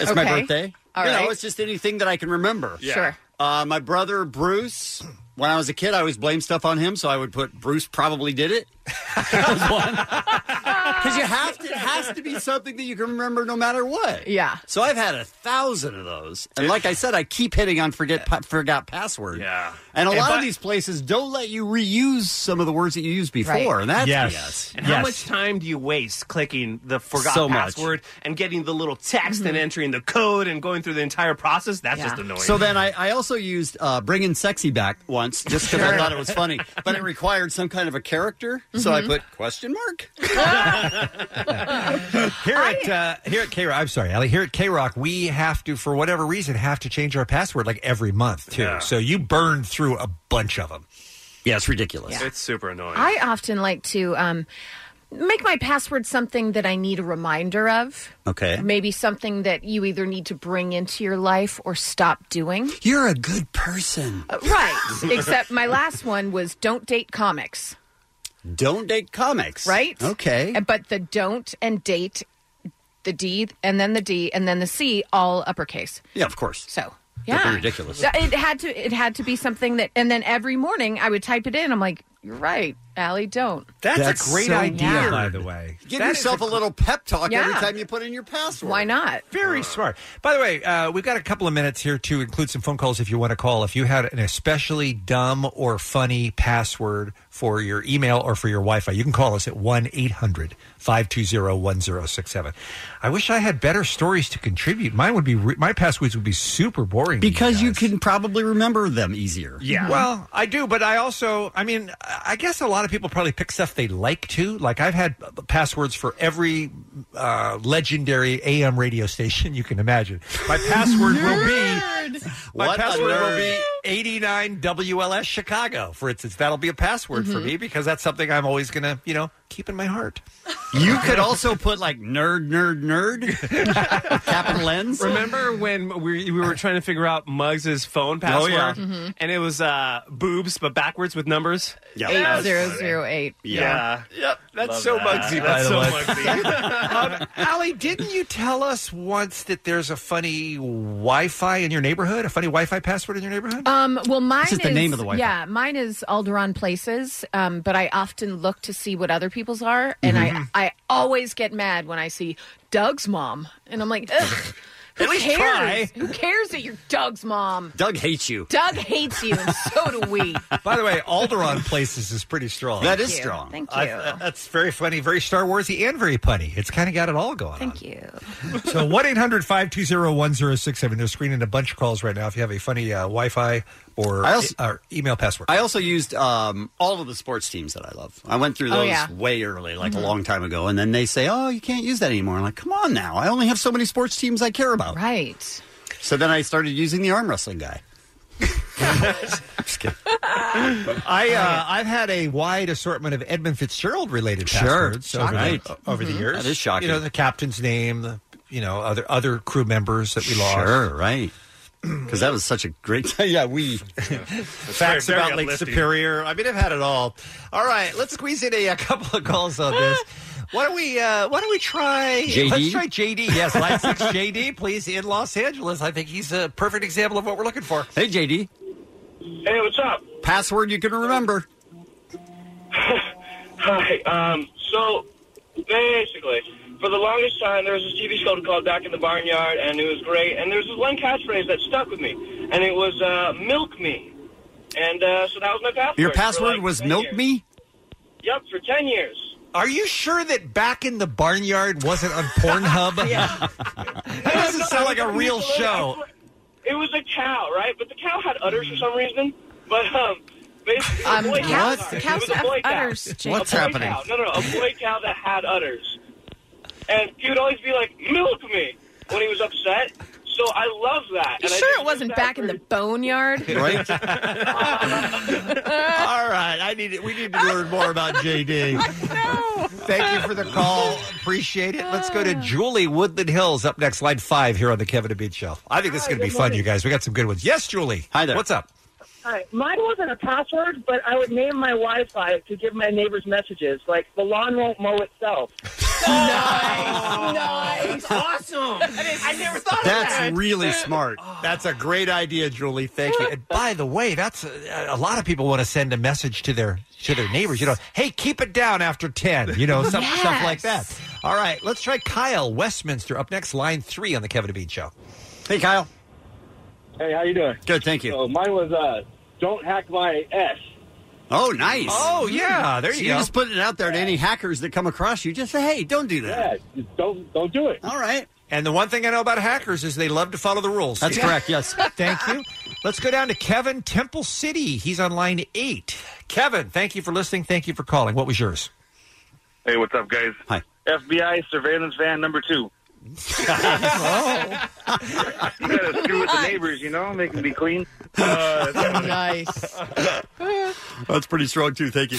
It's my Okay. birthday. All you know, right. it's just anything that I can remember. Yeah. Sure. Uh, my brother, Bruce, when I was a kid, I always blamed stuff on him. So I would put Bruce probably did it. Because you have to, it has to be something that you can remember no matter what. Yeah. So I've had a thousand of those. And like I said, I keep hitting on forget pa- forgot password. Yeah. And a And lot by- of these places don't let you reuse some of the words that you used before. And that's BS. And how much time do you waste clicking the forgot So much. password and getting the little text and entering the code and going through the entire process? That's just annoying. So then I, I also used uh, Bringing Sexy Back once just because I thought it was funny, but it required some kind of a character. So I Mm-hmm. Mhm. put question mark. Here at uh, here at K Rock, I'm sorry, Ali. Here at K Rock, we have to, for whatever reason, have to change our password like every month too. Yeah. So you burned through a bunch of them. Yeah, it's ridiculous. It's super Oh, annoying. I often like to um, make my password something that I need a reminder of. Okay. Maybe something that you either need to bring into your life or stop doing. You're a good person. Uh, Right. Except my last one was don't date comics, Don't date comics. right? Okay. But the don't and date, the D and then the D and then the C all uppercase. Yeah, of course. So. That'd be Yeah. ridiculous. Yeah, It had to it had to be something that and then every morning I would type it in. I'm like, You're right, Allie, don't. That's, a great so idea, weird. by the way. Give That is yourself a, little pep talk every Yeah. time you put in your password. Why not? Very smart. By the way, uh, we've got a couple of minutes here to include some phone calls if you want to call. If you had an especially dumb or funny password for your email or for your Wi Fi, you can call us at 1 800 520 1067. I wish I had better stories to contribute. Mine would be, re- my passwords would be super boring. Because you can probably remember them easier. Yeah. Well, I do, but I also, I mean, I guess a lot of people probably pick stuff they like to. Like I've had passwords for every uh, legendary AM radio station you can imagine. My password will be my What a password will nerd. be 89 WLS Chicago. For instance, that'll be a password for Mhm. me because that's something I'm always going to, you know, keep in my heart. You could also put like nerd, nerd, nerd, capital N's. Remember when we, we were trying to figure out Muggs' phone password? yeah. Mhm. And it was uh, boobs, but backwards with numbers? Yeah. That Eight was zero funny. zero eight. Yeah. Yep. That's Love so that. Mugsy, By the way. Mugsy. Um, Allie, didn't you tell us once that there's a funny Wi Fi in your neighborhood, a funny Wi Fi password in your neighborhood? Um, well, mine This is the name of the Wi-Fi. Yeah, mine is Alderon Places, um, but I often look to see what other people's are, and Mhm. I I always get mad when I see Doug's mom, and I'm like, Ugh, who At least cares? try. Who cares that you're Doug's mom? Doug hates you. Doug hates you, and so do we. By the way, Alderon Places is pretty strong. That Thank is you. strong. Thank I- you. uh, that's very funny, very Star Warsy, and very punny. It's kind of got it all going Thank you. on. so 1 800 520 1067. They're screening a bunch of calls right now if you have a funny uh, Wi Fi or, uh, I also- or email password. I also used um, all of the sports teams that I love. I went through Oh, those yeah. way early, like Mhm. a long time ago, and then they say, "Oh, you can't use that anymore." I'm like, "Come on now! I only have so many sports teams I care about." Right. So then I started using the arm wrestling guy. I uh, I've had a wide assortment of Edmund Fitzgerald related Sure. passwords over, Shocking. the, over the Mhm. years. That is shocking. You know the captain's name, the, you know other other crew members that we lost. Sure, right. Because that was such a great time. Yeah, we. Facts about Lake Superior. I mean, I've had it all. All right, let's squeeze in a, a couple of calls on this. Why don't we? Uh, why don't we try? JD? Let's try JD. Yes, line six JD, please in Los Angeles. I think he's a perfect example of what we're looking for. Hey, JD. Hey, what's up? Password you can remember. Hi. Um, so basically, for the longest time, there was this TV show called Back in the Barnyard, and it was great. And there was this one catchphrase that stuck with me, and it was uh, "Milk me." And uh, so that was my password. Your for, password like, was 10 milk years. me. Yep, for ten years. Are you sure that back in the barnyard wasn't on Pornhub? Yeah. That doesn't sound like a real show. It was a cow, right? But the cow had udders for some reason. But um, basically, a Um, boy cow, cows- sorry. It cows was a have boy cow. udders, Jake. A What's boy happening? Cow. No, no, no, a boy cow that had udders, and he would always be like, "Milk me" when he was upset. So I love that. You and I sure think it wasn't back in the boneyard? Right? All right, I need we need to learn more about JD. Thank you for the call. Appreciate it. Let's go to Julie Woodland Hills up next, line five here on the Kevin and Bean Show. I think this is Hi, going to be good fun, morning. you guys. We got some good ones. Yes, Julie. Hi there. What's up? All right. Mine wasn't a password, but I would name my Wi-Fi to give my neighbors messages, like the lawn won't mow itself. Nice. awesome. I never thought That's really smart. That's a great idea, Julie. Thank you. And by the way, that's a, a lot of people want to send a message to their to their neighbors. You know, hey, keep it down after ten. You know, some, stuff like that. All right, let's try Kyle Westminster up next, line three on the Kevin and Bean Show. Hey, Kyle. Hey, how you doing? Good, thank you. So mine was uh, don't hack my S. Oh, nice. Oh, yeah, there So you You're go. just putting it out there to any hackers that come across you. Just say, hey, don't do that. Yeah, don't don't do it. All right. And the one thing I know about hackers is they love to follow the rules. That's correct, yes. thank you. Let's go down to Kevin Temple City. He's on line eight. Kevin, thank you for listening. Thank you for calling. What was yours? Hey, what's up, guys? Hi. FBI surveillance van number two. Oh. you gotta screw with the neighbors, you know, make them be clean. Uh, nice. That's pretty strong, too. Thank you.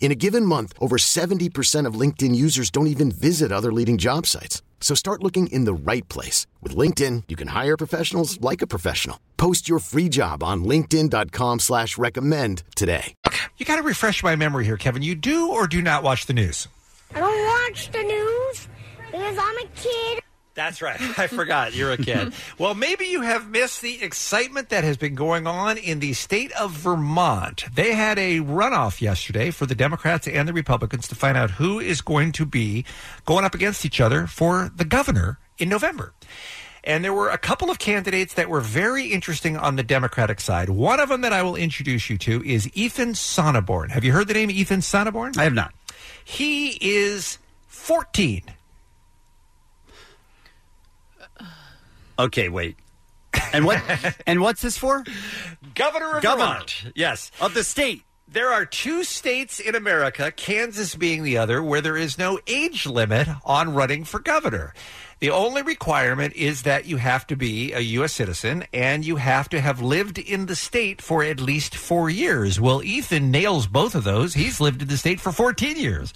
In a given month, over 70% of LinkedIn users don't even visit other leading job sites. So start looking in the right place. With LinkedIn, you can hire professionals like a professional. Post your free job on linkedin.com slash recommend today. You got to refresh my memory here, Kevin. You do or do not watch the news? I don't watch the news because I'm a kid. That's right. I forgot. You're a kid. well, maybe you have missed the excitement that has been going on in the state of Vermont. They had a runoff yesterday for the Democrats and the Republicans to find out who is going to be going up against each other for the governor in November. And there were a couple of candidates that were very interesting on the Democratic side. One of them that I will introduce you to is Ethan Sonneborn. Have you heard the name Ethan Sonneborn? I have not. He is 14. Okay, wait. And what and what's this for? Governor of Governor. Vermont. Yes. Of the state. There are two states in America, Kansas being the other, where there is no age limit on running for governor. The only requirement is that you have to be a U.S. citizen and you have to have lived in the state for at least four years. Well, Ethan nails both of those. He's lived in the state for 14 years.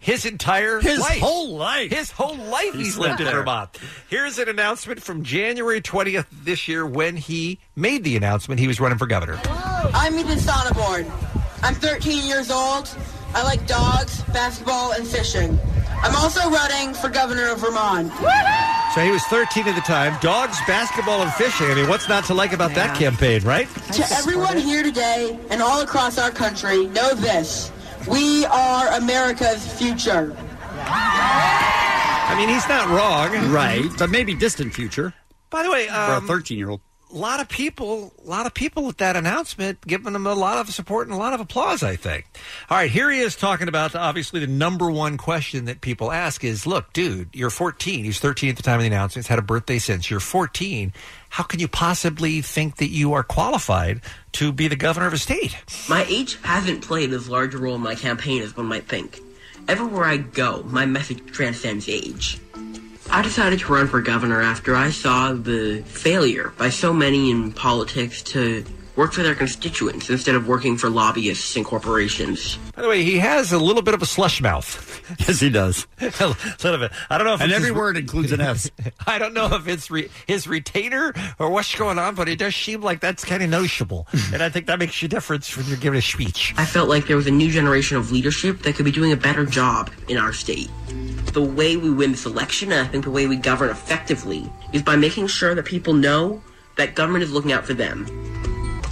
His entire His life. whole life. His whole life He's he's, lived in there. Vermont. Here's an announcement from January 20th this year when he made the announcement he was running for governor. I'm Ethan Sonneborn. I'm 13 years old. I like dogs, basketball, and fishing. I'm also running for governor of Vermont. So he was 13 at the time. Dogs, basketball, and fishing. I mean, what's not to like about that campaign, right? To everyone here today and all across our country, know this. We are America's future. I mean, he's not wrong. Right, but maybe distant future. By the way, um, for a 13 year old. a lot of people, a lot of people at that announcement, giving him a lot of support and a lot of applause. I think. All right, here he is talking about obviously the number one question that people ask is, "Look, dude, you're 14. He's 13 at the time of the announcement. He's had a birthday since. You're 14. How can you possibly think that you are qualified to be the governor of a state?" My age hasn't played as large a role in my campaign as one might think. Everywhere I go, my message transcends age. I decided to run for governor after I saw the failure by so many in politics to work for their constituents instead of working for lobbyists and corporations. By the way, he has a little bit of a slush mouth. yes, he does. a little bit. I don't know if And it's every his- word includes an F. I don't know if it's re- his retainer or what's going on, but it does seem like that's kind of noticeable, and I think that makes a difference when you're giving a speech. I felt like there was a new generation of leadership that could be doing a better job in our state. The way we win this election, and I think the way we govern effectively, is by making sure that people know that government is looking out for them.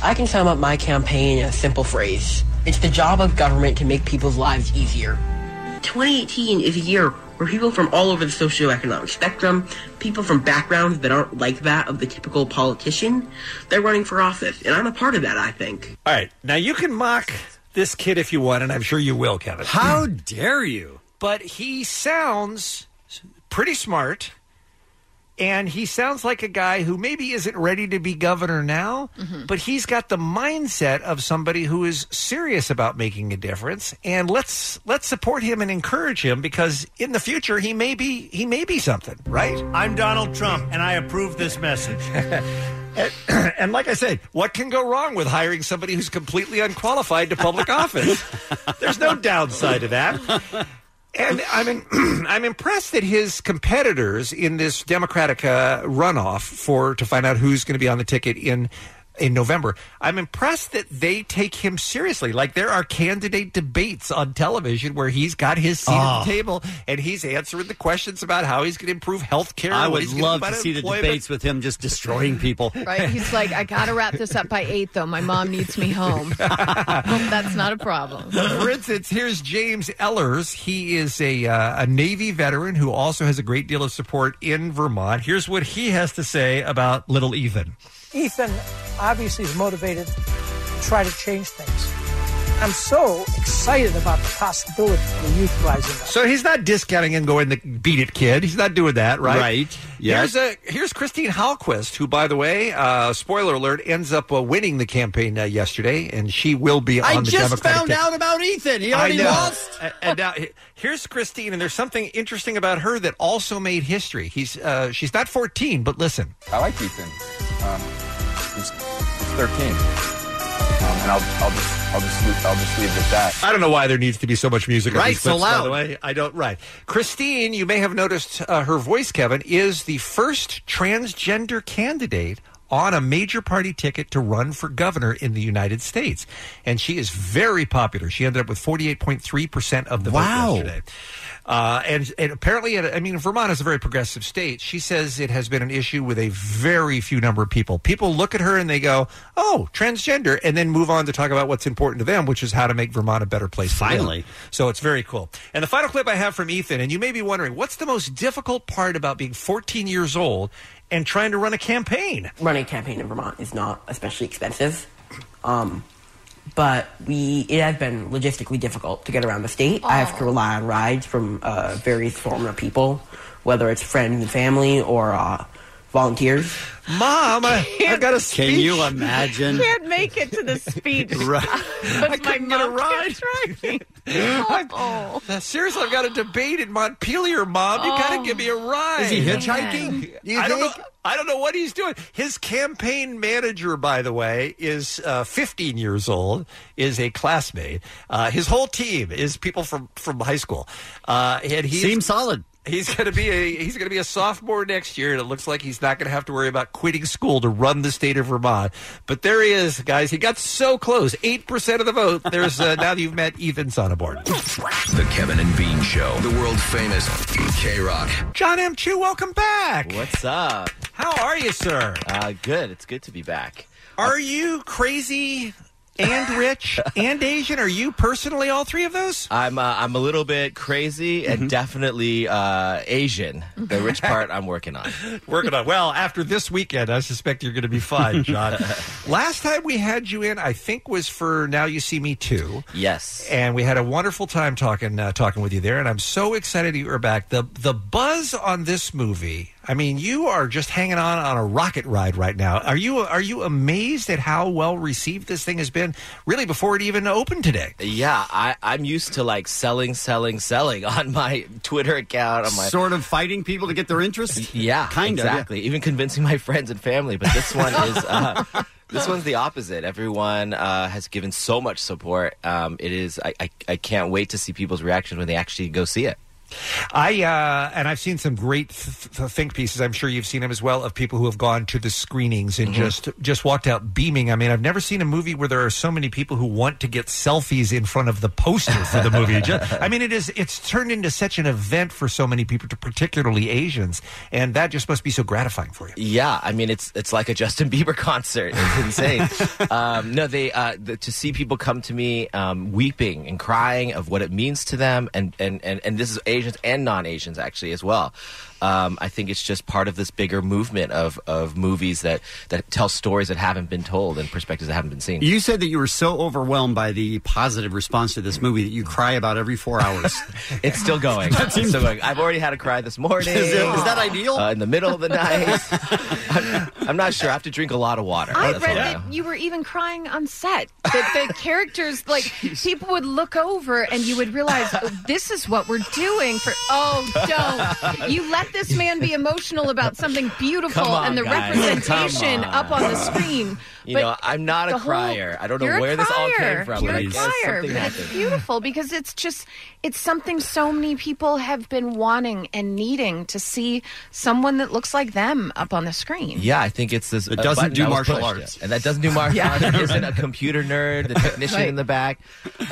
I can sum up my campaign in a simple phrase. It's the job of government to make people's lives easier. 2018 is a year where people from all over the socioeconomic spectrum, people from backgrounds that aren't like that of the typical politician, they're running for office, and I'm a part of that, I think. All right, now you can mock this kid if you want, and I'm sure you will, Kevin. How dare you? But he sounds pretty smart, and he sounds like a guy who maybe isn't ready to be governor now, Mm-hmm. but he's got the mindset of somebody who is serious about making a difference. And let's let's support him and encourage him because in the future he may be he may be something, right? I'm Donald Trump, and I approve this message. and like I said, what can go wrong with hiring somebody who's completely unqualified to public office? There's no downside to that. And I'm in, I'm impressed that his competitors in this Democratic uh, runoff for to find out who's going to be on the ticket in in November. I'm impressed that they take him seriously. Like there are candidate debates on television where he's got his seat at Oh. the table and he's answering the questions about how he's going to improve health care. I would love to see the debates with him just destroying people. Right? He's like, I gotta wrap this up by eight, though. My mom needs me home. Hope that's not a problem. For instance, here's James Ellers. He is a, uh, a Navy veteran who also has a great deal of support in Vermont. Here's what he has to say about Little Ethan. Ethan obviously is motivated to try to change things. I'm so excited about the possibility of youth rising up. So he's not discounting and going the beat it kid. He's not doing that, right? Right. Yes. Here's a here's Christine Halquist, who, by the way, uh, spoiler alert, ends up uh, winning the campaign uh, yesterday, and she will be on I the just Democratic found ticket. out about Ethan. He I already know. lost. A- And now he- here's Christine, and there's something interesting about her that also made history. He's uh, she's not 14, but listen. I like Ethan. Um, he's 13. Um, and I'll, I'll just, I'll just, leave, I'll just leave it at that. I don't know why there needs to be so much music. on Right, these so clips, by loud. the way. I don't. Right, Christine. You may have noticed uh, her voice. Kevin is the first transgender candidate on a major party ticket to run for governor in the United States, and she is very popular. She ended up with forty-eight point three percent of the Wow. vote yesterday. Uh, and, and apparently, I mean, Vermont is a very progressive state. She says it has been an issue with a very few number of people. People look at her and they go, oh, transgender, and then move on to talk about what's important to them, which is how to make Vermont a better place. to live. Finally. So it's very cool. And the final clip I have from Ethan, and you may be wondering, what's the most difficult part about being 14 years old and trying to run a campaign? running a campaign in Vermont is not especially expensive. Um, but we it has been logistically difficult to get around the state. I have to Oh. rely on rides from uh, various former people, whether it's friends and family or uh, volunteers. Mom, I, have got a Can you imagine? Can't make it to the speech. Right. I my mom ride. I've- uh, seriously, I've got a debate in Montpelier, Mom. You gotta Oh. give me a ride. Is he hitchhiking? You I don't know. think? I don't know what he's doing. His campaign manager, by the way, is uh, 15 years old, is a classmate. Uh, his whole team is people from from high school. Uh, and he's, Seems solid. He's gonna be a he's gonna be a sophomore next year, and it looks like he's not gonna have to worry about quitting school to run the state of Vermont. But there he is, guys. He got so close, eight percent of the vote. There's uh, now that you've met Ethan Sonneborn. The Kevin and Bean Show, the world famous K Rock. John M. Chu, welcome back. What's up? How are you, sir? Uh, good. It's good to be back. Are you crazy and rich and Asian? Are you personally all three of those? I'm uh, I'm a little bit crazy and definitely uh, Asian. The rich part I'm working on. Mm-hmm. Working on. Well, after this weekend, I suspect you're going to be fine, John. Last time we had you in, I think was for Now You See Me Too. Yes. And we had a wonderful time talking uh, talking with you there, and I'm so excited you are back. The the buzz on this movie, I mean, you are just hanging on on a rocket ride right now. Are you are you amazed at how well received this thing has been? Really, before it even opened today. Yeah, I, I'm used to like selling, selling, selling on my Twitter account. On my Sort of fighting people to get their interest. yeah, kind of, yeah. exactly. Even convincing my friends and family. But this one is uh, this one's the opposite. Everyone uh, has given so much support. Um, it is I, I I can't wait to see people's reactions when they actually go see it. I uh, and I've seen some great th- th- think pieces. I'm sure you've seen them as well of people who have gone to the screenings and Mhm. just just walked out beaming. I mean, I've never seen a movie where there are so many people who want to get selfies in front of the poster for the movie. Ju- I mean, it is it's turned into such an event for so many people, particularly Asians, and that just must be so gratifying for you. Yeah, I mean it's it's like a Justin Bieber concert. It's insane. um, no, they uh, the, to see people come to me um, weeping and crying of what it means to them, and and and, and this is Asians and non Asians actually as well. Um, I think it's just part of this bigger movement of of movies that that tell stories that haven't been told and perspectives that haven't been seen. You said that you were so overwhelmed by the positive response to this movie that you cry about every four hours. it's still going. That seems- It's still going. I've already had a cry this morning. Is it- is that ideal? Uh, in the middle of the night. I'm, I'm not sure. I have to drink a lot of water. I That's read all. that you were even crying on set. That the characters, like people, would look over and you would realize oh, this is what we're doing. For oh, don't you let this man be emotional about something beautiful Come on, and the guys. representation Come on. up on the screen. You know, I'm not the a whole- crier. I don't know you're a where this all crier. came from. You're but I a guess crier, something but it's happened. beautiful because it's just it's something so many people have been wanting and needing to see someone that looks like them up on the screen. Yeah, I think it's this. That uh, doesn't button do that was martial pushed. arts. and that doesn't do martial Yeah. arts. It isn't a computer nerd, the technician Right. in the back.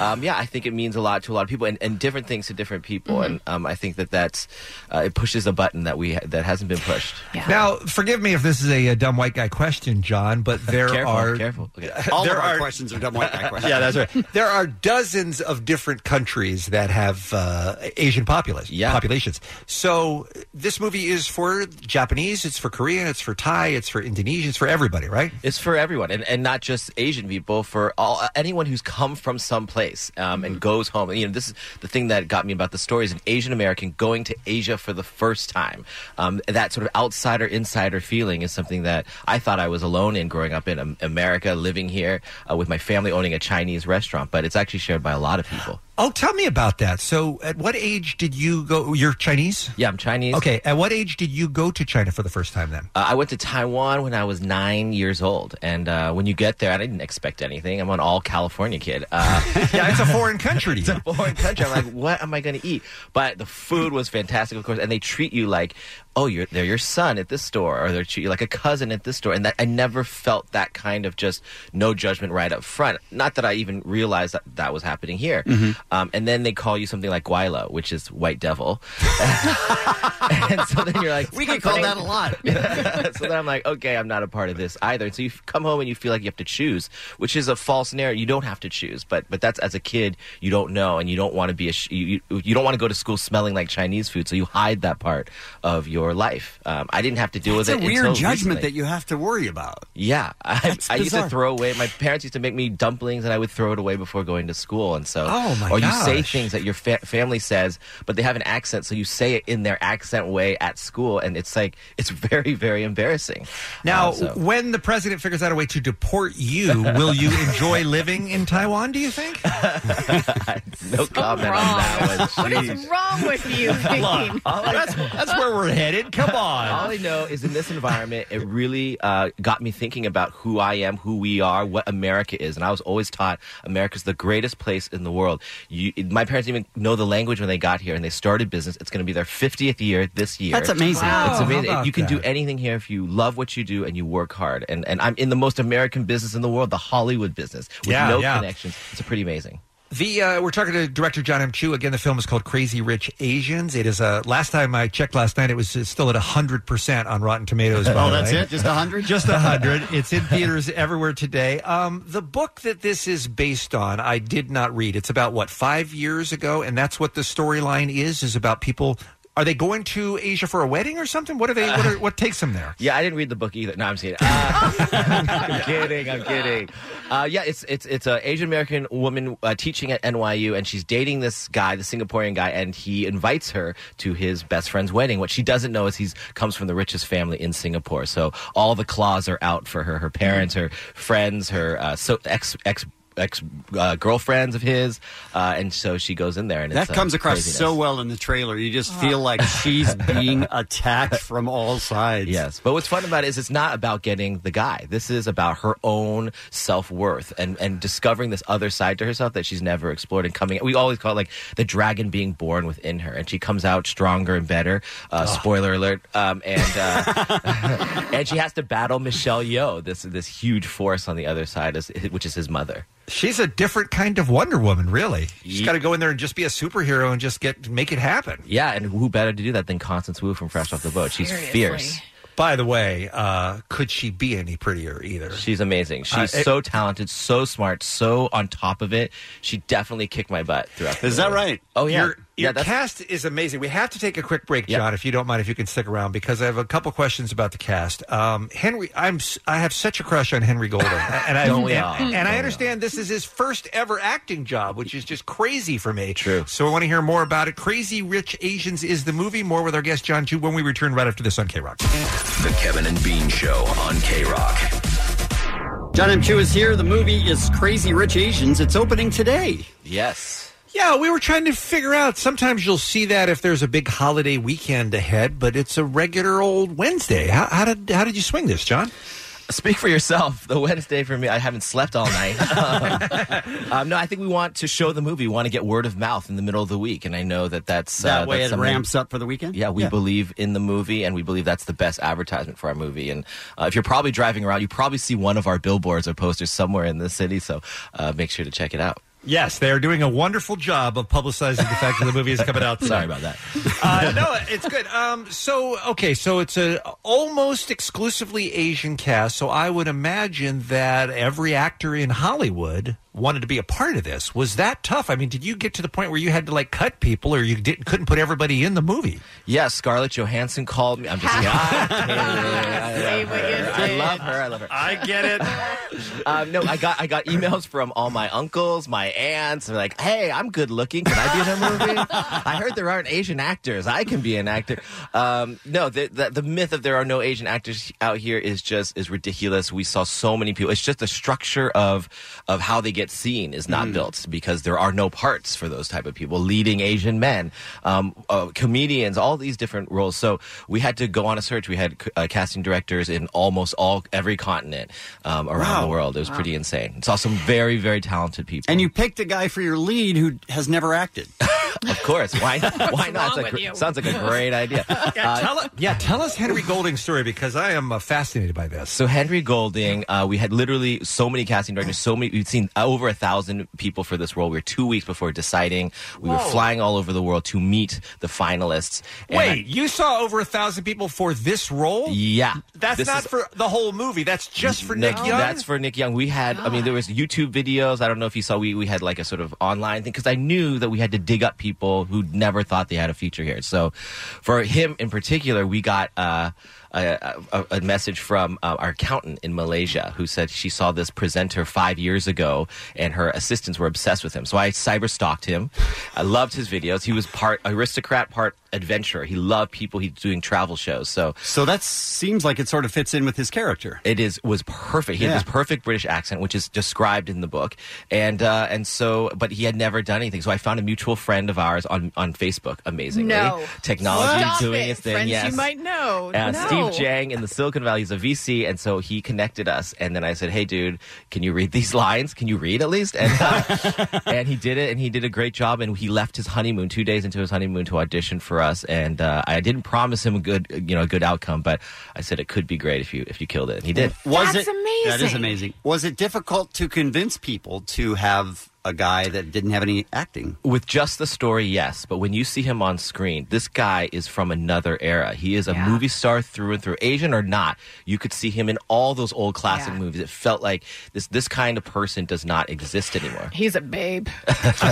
Um, yeah, I think it means a lot to a lot of people, and, and different things to different people. Mm-hmm. And um, I think that that's uh, it pushes a button that we that hasn't been pushed. Now, forgive me if this is a, uh dumb white guy question, John, but there Careful, are careful. Okay. All of our questions are dumb white guy questions. yeah, that's right. There are dozens of different countries that have uh, Asian populace, populations. So this movie is for Japanese, it's for Korean, it's for Thai, it's for Indonesian, it's for everybody, right? It's for everyone, and, and not just Asian people. For all uh, anyone who's come from some place um, Mm-hmm. and goes home. You know, this is the thing that got me about the story: is an Asian American going to Asia for the first time. Um, that sort of outsider insider feeling is something that I thought I was alone in growing up in um, America, living here uh, with my family, owning a Chinese restaurant. But it's actually shared by a lot of people. Oh, tell me about that. So, at what age did you go? You're Chinese? Yeah, I'm Chinese. Okay, at what age did you go to China for the first time then? Uh, I went to Taiwan when I was nine years old, and uh, when you get there, I didn't expect anything. I'm an all California kid. Uh, yeah, it's a foreign country. it's a foreign country. I'm like, what am I going to eat? But the food was fantastic, of course, and they treat you like, oh, you're they're your son at this store, or they treat you like a cousin at this store, and that I never felt that kind of just no judgment right up front. Not that I even realized that that was happening here. Mm-hmm. Mhm. Um, and then they call you something like Guayla, which is white devil, and so then you're like, We get called that a lot. so then I'm like, okay, I'm not a part of this either. And so you f- come home and you feel like you have to choose, which is a false narrative. You don't have to choose, but but that's as a kid you don't know and you don't want to be a sh- you, you you don't want to go to school smelling like Chinese food, so you hide that part of your life. Um, I didn't have to deal It's with a it. weird until judgment recently. that you have to worry about. Yeah, I, I used to bizarre. throw away. My parents used to make me dumplings, and I would throw it away before going to school. And so, Oh, my or you say gosh. things that your fa- family says, but they have an accent, so you say it in their accent way at school, and it's like it's very, very embarrassing. Now, Um, so- when the president figures out a way to deport you, will you enjoy living in Taiwan, do you think? no comment on that one. What is wrong with you, Look, that's- that's where we're headed. Come on. All I know is in this environment, it really uh, got me thinking about who I am, who we are, what America is. And I was always taught America's the greatest place in the world. You, my parents didn't even know the language when they got here, and they started business. It's going to be their 50th year this year. That's amazing. Wow, It's how amazing. about You can do that? anything here if you love what you do and you work hard. And, and I'm in the most American business in the world, the Hollywood business, with Yeah, no yeah. connections. It's pretty amazing. The uh, we're talking to director John M. Chu again. The film is called Crazy Rich Asians. It is uh, last time I checked last night, it was uh, still at hundred percent on Rotten Tomatoes. by Oh, the that's way. it? Just 100? Just hundred. it's in theaters everywhere today. Um, the book that this is based on, I did not read. It's about what five years ago, and that's what the storyline is: is about people Are they going to Asia for a wedding or something? What are they? What, are, what takes them there? Yeah, I didn't read the book either. No, I'm kidding. Uh, I'm kidding. I'm kidding. Uh, yeah, it's it's it's an Asian American woman uh, teaching at NYU, and she's dating this guy, the Singaporean guy, and he invites her to his best friend's wedding. What she doesn't know is he's comes from the richest family in Singapore, so all the claws are out for her. Her parents, her friends, her uh, so ex ex. Ex uh, girlfriends of his, uh, and so she goes in there, and That it's, uh, comes across craziness. so well in the trailer. You just feel like she's being attacked from all sides. Yes, but what's fun about it is it's not about getting the guy. This is about her own self worth and and discovering this other side to herself that she's never explored and coming. We always call it like the dragon being born within her, and she comes out stronger and better. Uh, Spoiler alert! Um, and uh, and she has to battle Michelle Yeoh, this this huge force on the other side, is- which is his mother. She's a different kind of Wonder Woman, really. She's got to go in there and just be a superhero and just get make it happen. Yeah, and who better to do that than Constance Wu from Fresh Off the Boat? She's Seriously. fierce. By the way, uh, could she be any prettier either? She's amazing. She's Uh, it- so talented, so smart, so on top of it. She definitely kicked my butt throughout. the Is that movie. right? Oh yeah. Your, yeah, your that's- cast is amazing. We have to take a quick break, Yeah. John, if you don't mind, if you can stick around, because I have a couple questions about the cast. Um, Henry, I'm s- I have such a crush on Henry Golden, and I Don't we all? and, and Don't I we understand this is his first ever acting job, which is just crazy for me. True. So I want to hear more about it. Crazy Rich Asians is the movie. More with our guest John Chu when we return right after this on K Rock. The Kevin and Bean Show on K Rock. John M. Chu is here. The movie is Crazy Rich Asians. It's opening today. Yes. Yeah, we were trying to figure out. Sometimes you'll see that if there's a big holiday weekend ahead, but it's a regular old Wednesday. How, how did how did you swing this, John? Speak for yourself. The Wednesday for me, I haven't slept all night. um, um, no, I think we want to show the movie. We want to get word of mouth in the middle of the week, and I know that that's That uh, way that's it something- ramps up for the weekend. Yeah, we believe in the movie, and we believe that's the best advertisement for our movie. And uh, if you're probably driving around, you probably see one of our billboards or posters somewhere in the city. So uh, make sure to check it out. Yes, they are doing a wonderful job of publicizing the fact that the movie is coming out. tonight. Sorry about that. Uh, no, it's good. Um, so okay, so it's a almost exclusively Asian cast. So I would imagine that every actor in Hollywood wanted to be a part of this. Was that tough? I mean, did you get to the point where you had to like cut people, or you didn't couldn't put everybody in the movie? Yeah, Scarlett Johansson called me. I'm just kidding. I, I love her. I love her. I get it. um, no, I got I got emails from all my uncles, my aunts. They're like, "Hey, I'm good looking. Can I be in a movie? I heard there aren't Asian actors. I can be an actor." Um, no, the, the the myth of there are no Asian actors out here is just is ridiculous. We saw so many people. It's just the structure of of how they get seen is Mm. not built because there are no parts for those type of people. Leading Asian men, um, uh, comedians, all these different roles. So we had to go on a search. We had uh, casting directors in almost all every continent um, around Wow. the world. It was Wow. pretty insane. Saw some very very talented people. And you picked a guy for your lead who has never acted. Of course, why why wrong not? It's a with gr- you? Sounds like a great idea. Yeah, Uh, tell, yeah, tell us Henry Golding's story because I am uh, fascinated by this. So Henry Golding, uh, we had literally so many casting directors, so many. We'd seen uh, over a thousand people for this role. We were two weeks before deciding. We were Whoa. flying all over the world to meet the finalists. And Wait, I- you saw over a thousand people for this role? yeah, That's This not is- for the whole movie. That's just for No, Nick Young. That's for Nick Young. We had, I mean, there was YouTube videos. I don't know if you saw. We we had like a sort of online thing because I knew that we had to dig up people who never thought they had a future here. So, for him in particular, we got. Uh, a, a, a message from uh, our accountant in Malaysia who said she saw this presenter five years ago and her assistants were obsessed with him. So I cyber stalked him. I loved his videos. He was part aristocrat, part adventurer. He loved people. He's doing travel shows. So So that seems like it sort of fits in with his character. it is was perfect. He Yeah. had this perfect British accent, which is described in the book, and uh, and so, but he had never done anything. So I found a mutual friend of ours on on Facebook. Amazingly, No. technology Stop doing it. its thing. Friends yes, you might know. Uh, no. Steve Jang in the Silicon Valley is a VC, and so he connected us. And then I said, "Hey, dude, can you read these lines? Can you read at least?" And uh, and he did it, and he did a great job. And he left his honeymoon two days into his honeymoon to audition for us. And uh, I didn't promise him a good, you know, a good outcome, but I said it could be great if you if you killed it. And he did. Was it, That is amazing. Was it difficult to convince people to have a guy that didn't have any acting. With just the story, yes. But when you see him on screen, this guy is from another era. He is a movie star through and through, Asian or not. You could see him in all those old classic Yeah. movies. It felt like this this kind of person does not exist anymore. He's a babe.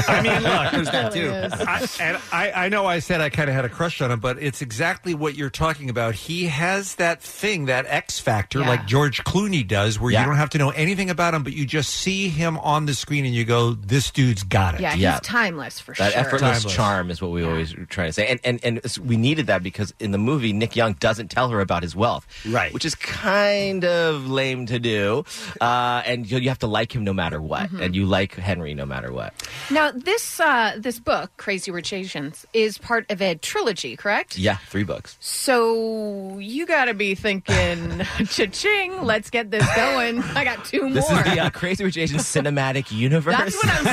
I mean, look, there's that too. Really is. I, and I, I know I said I kind of had a crush on him, but it's exactly what you're talking about. He has that thing, that X factor, Yeah. like George Clooney does, where Yeah. you don't have to know anything about him, but you just see him on the screen and you go, "This dude's got it." Yeah, he's timeless for that sure. effortless Timeless. charm is what we always try to say, and and and it's- we needed that because in the movie Nick Young doesn't tell her about his wealth, right? Which is kind of lame to do, uh, and you, you have to like him no matter what, Mhm. and you like Henry no matter what. Now, this uh, this book, Crazy Rich Asians, is part of a trilogy, correct? Yeah, three books. So you got to be thinking, cha-ching, let's get this going. I got two This more. is the uh, Crazy Rich Asian cinematic universe. That's what I'm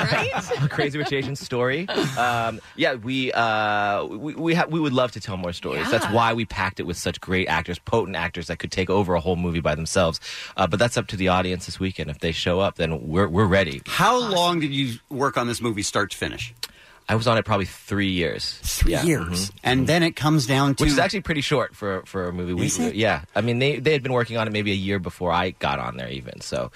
saying, right? A Crazy Rich Asian story. Um, yeah, we uh, we we, ha- we would love to tell more stories. That's Yeah. why we packed it with such great actors, potent actors that could take over a whole movie by themselves. Uh, but that's up to the audience this weekend. If they show up, then we're we're ready. How long did you work on this movie, start to finish? I was on it probably three years. Mm-hmm. Three years. And then it comes down to Which is actually pretty short for for a movie. We- Is it? Yeah, I mean they they had been working on it maybe a year before I got on there even. So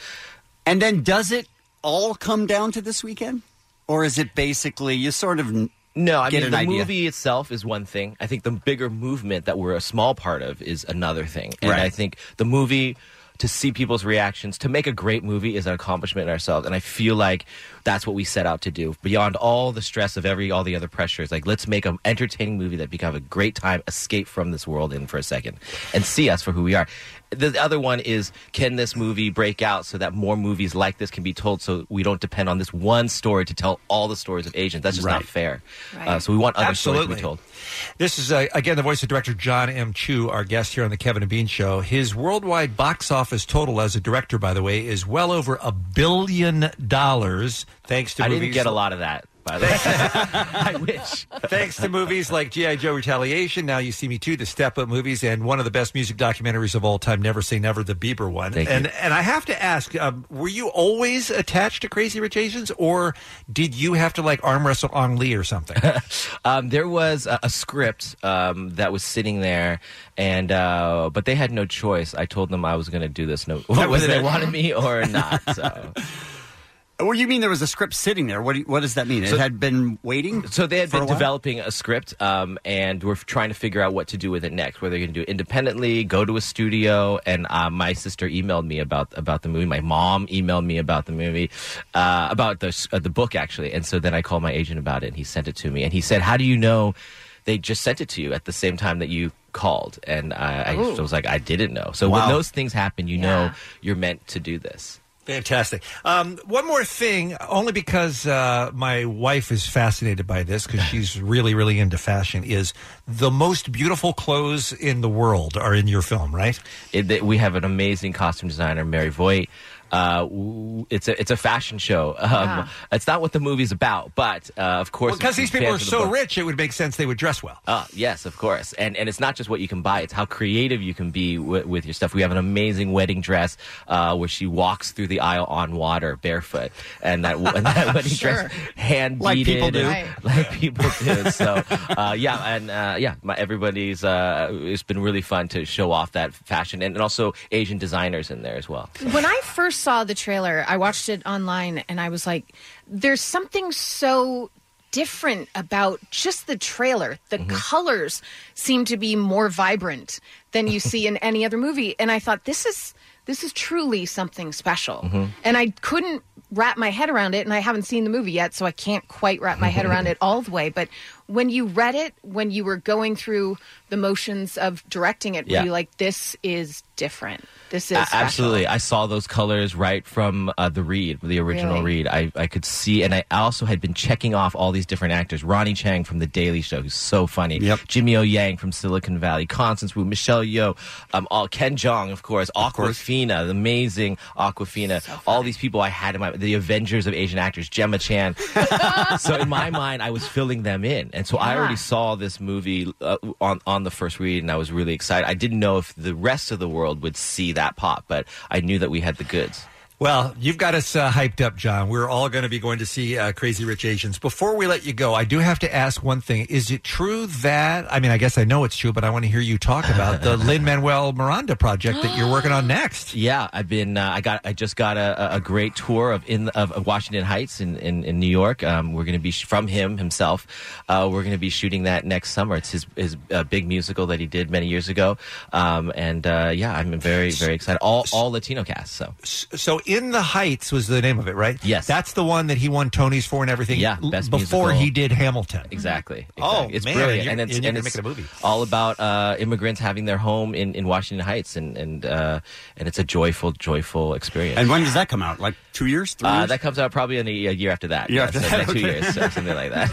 And then does it all come down to this weekend? Or is it basically you sort of No, I get mean an the idea? movie itself is one thing. I think the bigger movement that we're a small part of is another thing. And Right. I think the movie to see people's reactions to make a great movie is an accomplishment in ourselves and i feel like that's what we set out to do beyond all the stress of every all the other pressures like let's make an entertaining movie that become a great time escape from this world in for a second and see us for who we are the other one is can this movie break out so that more movies like this can be told so we don't depend on this one story to tell all the stories of Asians that's just not Right. fair Right. uh, so we want other stories Absolutely. to be told. This is, uh, again, the voice of director John M. Chu, our guest here on the Kevin and Bean Show. His worldwide box office total as a director, by the way, is well over a billion dollars, thanks to I movies. didn't get a lot of that, by the way. I wish. Thanks to movies like G.I. Joe Retaliation, Now You See Me Too, the Step Up movies, and one of the best music documentaries of all time, Never Say Never, the Bieber one. Thank you. and and I have to ask, um, were you always attached to Crazy Rich Asians, or did you have to like arm wrestle on Lee or something? um, there was a, a script um, that was sitting there, and uh, but they had no choice. I told them I was going to do this, no That was whether they it. wanted me or not. So. Well, you mean there was a script sitting there? What, do you- what does that mean? So- it had been waiting. So they had for been a while? developing a script, um, and we're trying to figure out what to do with it next. Whether you're going to do it independently, go to a studio, and uh, my sister emailed me about about the movie. My mom emailed me about the movie, uh, about the s- uh, the book actually. And so then I called my agent about it, and he sent it to me. And he said, "How do you know they just sent it to you at the same time that you?" called and uh, I, Oh. I just Ooh. was like I didn't know. So Wow. when those things happen, you know you're meant to do this. Fantastic. Um, one more thing, only because uh, my wife is fascinated by this because she's really, really into fashion. Is the most beautiful clothes in the world are in your film, right? It, that we have an amazing costume designer, Mary Voigt. Uh, w- it's a it's a fashion show. Um, Yeah. It's not what the movie's about, but uh, of course, Because Ah. if you these people fan are to the so book- rich, it would make sense they would dress well. Ah, yes, of course, and and it's not just what you can buy; it's how creative you can be wi- with your stuff. We have an amazing wedding dress uh, where she walks through the aisle on water, barefoot, and that, and that wedding Sure. dress hand Like beaded, people do. and- like people do. so, uh, yeah, and uh, yeah, my, everybody's. Uh, it's been really fun to show off that fashion, and, and also Asian designers in there as well. When I first saw the trailer, I watched it online and I was like, there's something so different about just the trailer. The Mm-hmm. colors seem to be more vibrant than you see in any other movie. And I thought, this is. This is truly something special. Mm-hmm. Mhm. Mm-hmm. And I couldn't wrap my head around it, and I haven't seen the movie yet, so I can't quite wrap my head around it all the way. But when you read it, when you were going through the motions of directing it, Yeah. were you like, this is different? This is A- special. absolutely. I saw those colors right from uh, the read, the original Really? read. I, I could see, and I also had been checking off all these different actors. Ronnie Chang from The Daily Show, who's so funny. Jimmy O Yang from Silicon Valley, Constance Wu, Michelle Yeoh, um, all Ken Jeong, of course, Aquafina, the amazing Aquafina. all these people I had in my the Avengers of Asian actors, Gemma Chan. so in my mind, I was filling them in, and so I Yeah. already saw this movie uh, on on the first read, and I was really excited. I didn't know if the rest of the world would see that pop, but I knew that we had the goods. Well, you've got us uh, hyped up, John. We're all going to be going to see uh, Crazy Rich Asians. Before we let you go, I do have to ask one thing. Is it true that, I mean, I guess I know it's true, but I want to hear you talk about the Lin Manuel Miranda project that you're working on next. Yeah, I've been. Uh, I got. I just got a, a- a great tour of in of, of Washington Heights in in, in New York. Um, we're going to be sh- from him himself. Uh, we're going to be shooting that next summer. It's his his uh, big musical that he did many years ago. Um, and uh, yeah, I'm very very excited. All all Latino cast. So So, In the Heights was the name of it, right? Yes. That's the one that he won Tony's for and everything Yeah, l- best before musical. he did Hamilton. Exactly. Oh, exactly. it's man, brilliant, you're- and it's, you're and gonna it's make it a movie. all about uh, immigrants having their home in, in Washington Heights, and and uh, and it's a joyful, joyful experience. And when does that come out? Like two years, three Uh, years? that comes out probably in a, a year after that. Year after so that, like two okay. years, so something like that.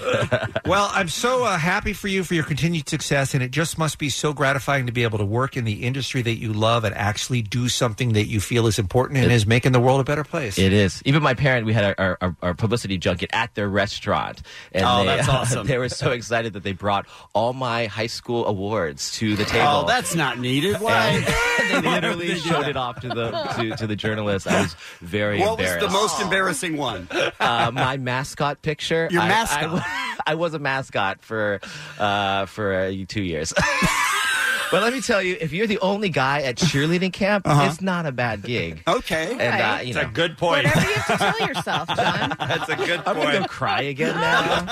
well, I'm so uh, happy for you for your continued success, and it just must be so gratifying to be able to work in the industry that you love and actually do something that you feel is important and It- is making the world a better place. It is. Even my parent, we had our- our, our, our publicity junket at their restaurant. And Oh, they, that's awesome. they were so excited that they brought all my high school awards to the table. Oh, that's not needed. Why? And they literally showed it off to the to, to the journalist. I was very What was embarrassed. the most embarrassing one? uh, my mascot picture. Your I- I mascot. wa- I was a mascot for uh, for uh, two years. But let me tell you, if you're the only guy at cheerleading camp, Uh-huh. it's not a bad gig. Okay, and uh, Right. you It's know, a good point. Whatever you have to tell yourself, John. That's a good I'm gonna go cry again now.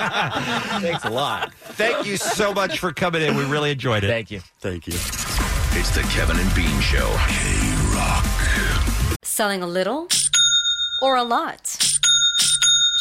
Thanks a lot. Thank you so much for coming in. We really enjoyed it. Thank you. Thank you. It's the Kevin and Bean Show. Selling a little or a lot?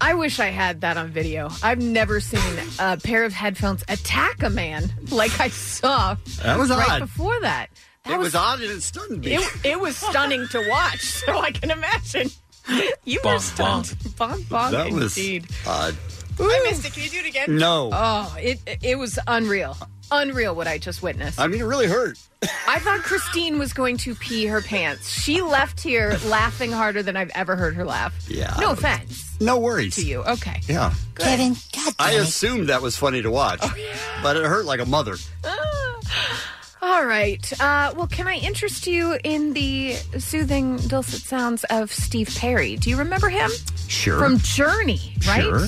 I wish I had that on video. I've never seen a pair of headphones attack a man like I saw. That was right odd. before that. that It was odd and it stunned me. It, it was stunning to watch, so I can imagine. You were Bonk, bonk. stunned. Bonk, bonk, that was indeed. odd. I missed it. Can you do it again? No. Oh, it it was unreal. Unreal what I just witnessed. I mean, it really hurt. I thought Christine was going to pee her pants. She left here laughing harder than I've ever heard her laugh. Yeah. No offense No worries. to you. Okay. Yeah. Kevin, I assumed that was funny to watch, Oh, but it hurt like a mother. Ah. All right. Uh, well, can I interest you in the soothing, dulcet sounds of Steve Perry? Do you remember him? Sure. From Journey, right? Sure.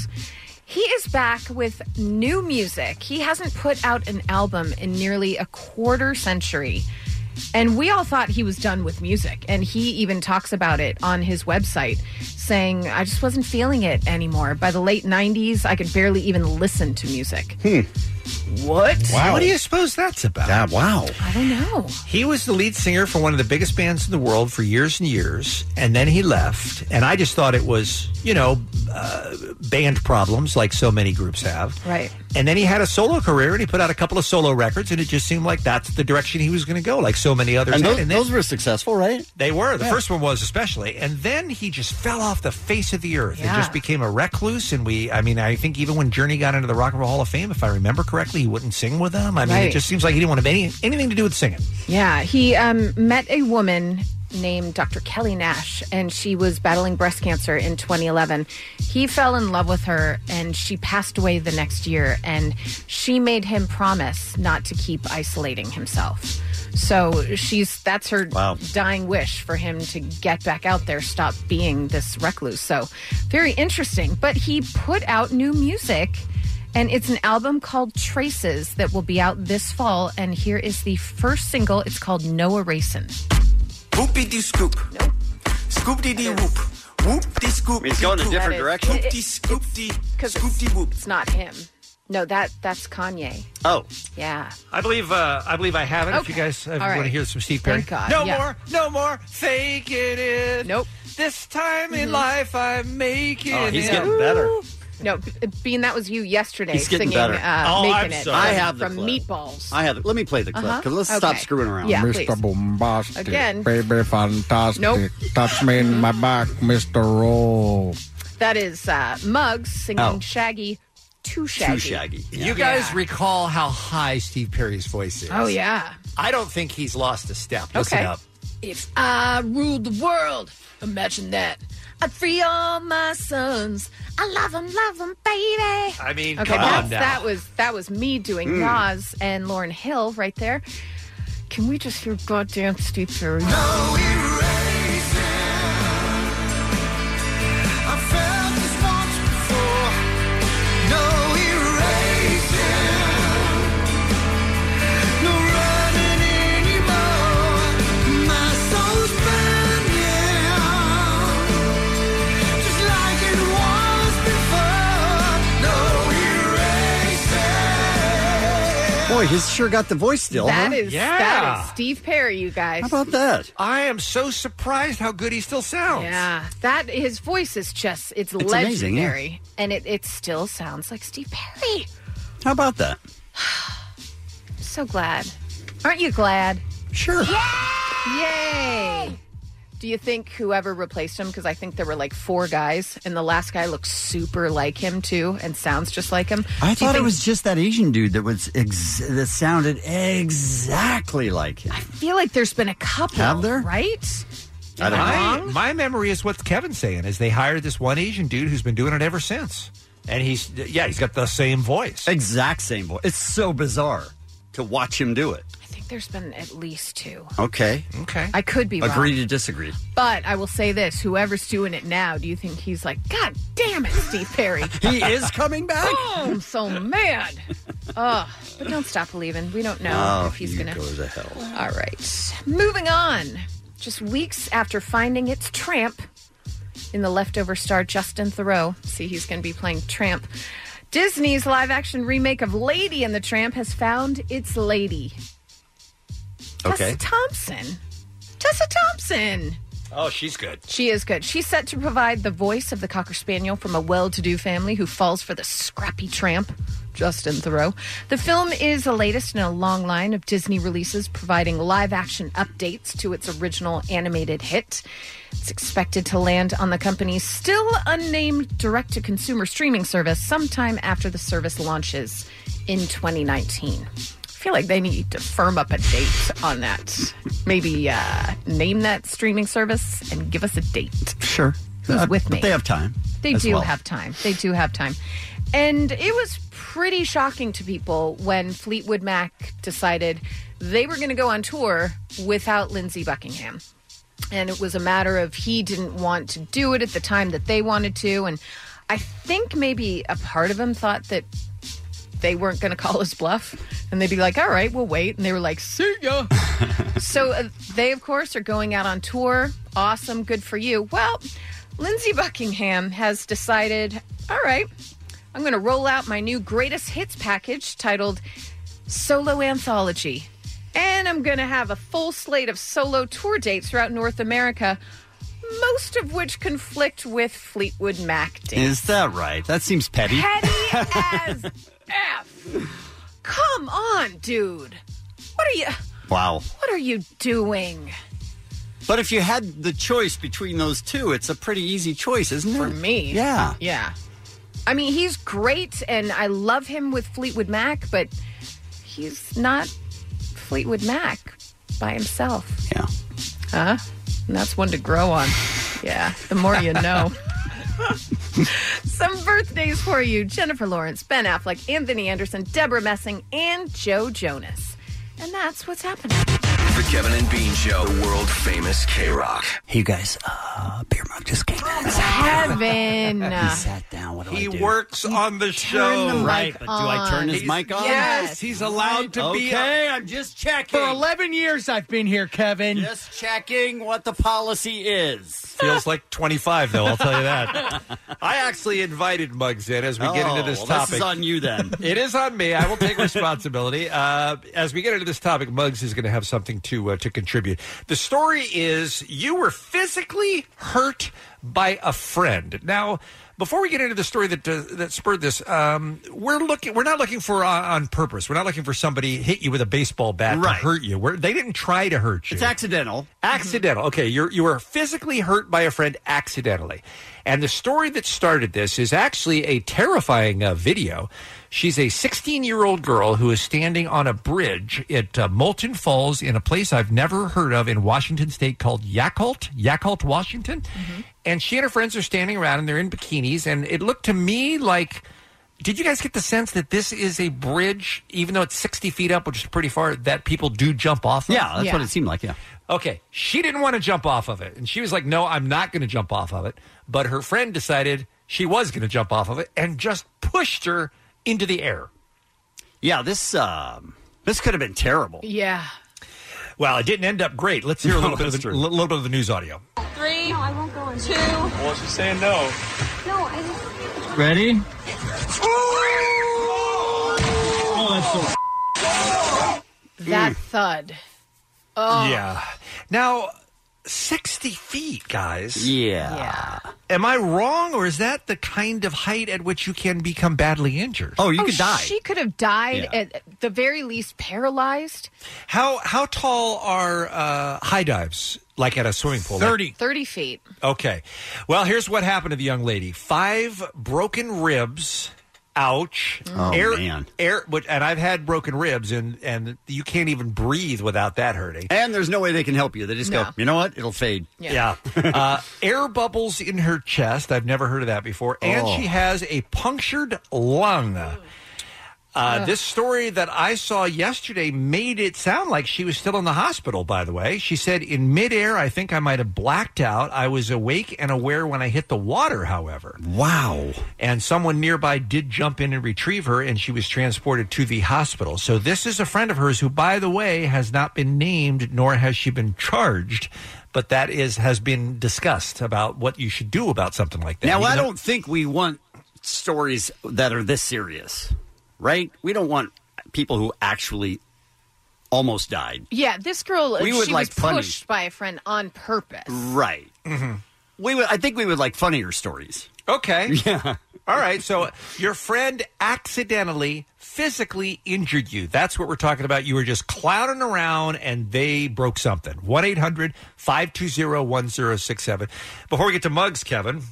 He is back with new music. He hasn't put out an album in nearly a quarter century. And we all thought he was done with music. And he even talks about it on his website, saying, I just wasn't feeling it anymore. By the late 90s, I could barely even listen to music. Hmm. What? Wow. What do you suppose that's about? wow. I don't know. He was the lead singer for one of the biggest bands in the world for years and years, and then he left. And I just thought it was, you know, uh, band problems like so many groups have. Right. And then he had a solo career, and he put out a couple of solo records, and it just seemed like that's the direction he was going to go, like so many others. And had. those, And then- those were successful, right? they were. The Yeah. first one was especially. And then he just fell off the face of the earth Yeah. and just became a recluse. And we, I mean, I think even when Journey got into the Rock and Roll Hall of Fame, if I remember correctly, he wouldn't sing with them. I mean, it Right. just seems like he didn't want to have any, anything to do with singing. Yeah, he um, met a woman named Dr. Kelly Nash, and she was battling breast cancer in 2011. He fell in love with her, and she passed away the next year, and she made him promise not to keep isolating himself. So she's that's her Wow. dying wish for him to get back out there, stop being this recluse. So very interesting. But he put out new music. And it's an album called Traces that will be out this fall. And here is the first single. It's called No Erasin. Whoopie dee scoop. Scoop dee dee whoop. Whoop dee scoop. He's going a different direction. Whoop dee scoop dee. Scoop de whoop. It's not him. No, that that's Kanye. Oh. Yeah. I believe uh, I believe I have it. If you guys uh, All want right. to hear some Steve Perry, Thank God. no yeah. more, no more faking it. Nope. Mm-hmm. This time in life, I make it. Oh, he's in. getting better. No, B- Bean, that was you yesterday He's getting singing better. Uh, Oh, Making I'm It sorry. I from- have the from clip. Meatballs. I have it. Let me play the clip Uh-huh. because let's stop Okay. screwing around. Yeah, Mr. Bombastic. Again. Baby Fantastic. Nope. Touch me in my back, Mr. Roll. That is uh, Muggs singing Oh. Shaggy Too Shaggy. You guys recall how high Steve Perry's voice is? Oh, yeah. I don't think he's lost a step. Listen Okay. up. If I ruled the world, imagine that. I'd free all my sons. I love them, love them, baby. I mean, okay, come that's, on now. that was that was me doing Mm. Nas and Lauren Hill right there. Can we just hear goddamn Steve Perry? I felt this once before. No erasing. No running anymore. My soul's burning. Just like it was before. No erasing. Boy, he's sure got the voice still. That huh? is that is Steve Perry, you guys. How about that? I am so surprised how good he still sounds. Yeah, that his voice is just it's, It's amazing, yeah. legendary, and it it still sounds like Steve Perry. How about that? So glad. Aren't you glad? Sure. Yay! Do you think whoever replaced him, because I think there were like four guys, and the last guy looks super like him too and sounds just like him? I Do you thought it think- was just that Asian dude that was ex- that sounded exactly like him. feel like there's been a couple. Have there? Right? I don't my, know. my memory is what Kevin's saying is they hired this one Asian dude who's been doing it ever since. And he's yeah, he's got the same voice. Exact same voice. It's so bizarre to watch him do it. I think there's been at least two. Okay. Okay. I could be wrong. Agree to disagree. But I will say this whoever's doing it now, do you think he's like, God damn it, Steve Perry? He is coming back? Oh, I'm so mad. Ugh. But don't stop believing. We don't know Oh, if he's you going to. go to hell. All right. Moving on. Just weeks after finding its tramp in the leftover star Justin Thoreau. See, he's going to be playing Tramp. Disney's live action remake of Lady and the Tramp has found its lady. Okay. Tessa Thompson. Tessa Thompson. Oh, she's good. She is good. She's set to provide the voice of the Cocker Spaniel from a well to do family who falls for the scrappy tramp, Justin Thoreau. The film is the latest in a long line of Disney releases providing live action updates to its original animated hit. It's expected to land on the company's still unnamed direct to consumer streaming service sometime after the service launches in 2019. I feel like they need to firm up a date on that. Maybe uh, name that streaming service and give us a date. Sure. Who's Uh, with but me? They have time. They as do well. have time. They do have time. And it was pretty shocking to people when Fleetwood Mac decided they were going to go on tour without Lindsey Buckingham. And it was a matter of he didn't want to do it at the time that they wanted to. And I think maybe a part of him thought that they weren't going to call his bluff. And they'd be like, all right, we'll wait. And they were like, see ya. so uh, they, of course, are going out on tour. Awesome. Good for you. Well, Lindsey Buckingham has decided, all right, I'm going to roll out my new greatest hits package titled Solo Anthology. And I'm going to have a full slate of solo tour dates throughout North America, most of which conflict with Fleetwood Mac dates. Is that right? That seems petty. Petty as F. Come on, dude. What are you Wow. What are you doing? But if you had the choice between those two, it's a pretty easy choice, isn't it? For me. Yeah. Yeah. I mean, he's great and I love him with Fleetwood Mac, but he's not Fleetwood Mac by himself. Yeah. Huh? And that's one to grow on. Yeah. The more you know. Some birthdays for you Jennifer Lawrence, Ben Affleck, Anthony Anderson, Deborah Messing, and Joe Jonas. And that's what's happening. The Kevin and Bean Show, the world famous K Rock. Hey, you guys, uh, Beer Mug just came in. Kevin. He sat down. What do He I do? works on the show. mic Right, but do I turn his He's- mic on? Yes, he's allowed to be. Okay, I'm just checking. For 11 years I've been here, Kevin. Just checking what the policy is. Feels like 25, though, I'll tell you that. I actually invited Muggs in as we get into Oh, this well, topic. This is on you then. It is on me. I will take responsibility. Uh, as we get into this topic, Muggs is going to have something to uh, to contribute. The story is you were physically hurt by a friend. Now, before we get into the story that uh, that spurred this, um, we're looking. We're not looking for on, on purpose. We're not looking for somebody hit you with a baseball bat Right. to hurt you. We're, they didn't try to hurt you. It's accidental. Accidental. Okay, you're you were physically hurt by a friend accidentally, and the story that started this is actually a terrifying uh, video. She's a 16 year old girl who is standing on a bridge at uh, Moulton Falls in a place I've never heard of in Washington State called Yakult, Yakult, Washington, and she and her friends are standing around and they're in bikinis, and it looked to me like. Did you guys get the sense that this is a bridge, even though it's 60 feet up, which is pretty far, that people do jump off of? Yeah, Ah, that's what it seemed like. Yeah. Okay, she didn't want to jump off of it. And she was like, no, I'm not going to jump off of it. But her friend decided she was going to jump off of it and just pushed her into the air. Yeah, this um, this could have been terrible. Yeah. Well, it didn't end up great. Let's hear a little, bit, of the, little bit of the news audio. Three. No, I won't go in. Two. Well, she's saying no. No, I just. Ready? Oh, that's so. That Mm. thud. Oh. Yeah. Now, 60 feet, guys. Yeah. Am I wrong, or is that the kind of height at which you can become badly injured? Oh, She could have died Yeah. at the very least paralyzed. How how tall are uh, high dives? Like at a swimming pool? Like- 30 feet. Okay. Well, here's what happened to the young lady: five broken ribs. Ouch! Oh, man. air, but- and I've had broken ribs, and and you can't even breathe without that hurting. And there's no way they can help you. They just go, No. you know what? It'll fade. Yeah. uh, air bubbles in her chest. I've never heard of that before. And Oh. she has a punctured lung. Uh, Ugh. this story that I saw yesterday made it sound like she was still in the hospital, by the way. She said, In midair, I think I might have blacked out. I was awake and aware when I hit the water, however. Wow. And someone nearby did jump in and retrieve her, and she was transported to the hospital. So, this is a friend of hers who, by the way, has not been named nor has she been charged. But that is has been discussed about what you should do about something like that. Now, Even I though- don't think we want stories that are this serious, right? We don't want people who actually almost died. Yeah, this girl, We would she like was funny. pushed by a friend on purpose. Right. Mm-hmm. We would, I think we would like funnier stories. Okay. Yeah. All right. So your friend accidentally physically injured you. That's what we're talking about. You were just clowning around and they broke something. 1 800 520 1067. Before we get to mugs, Kevin.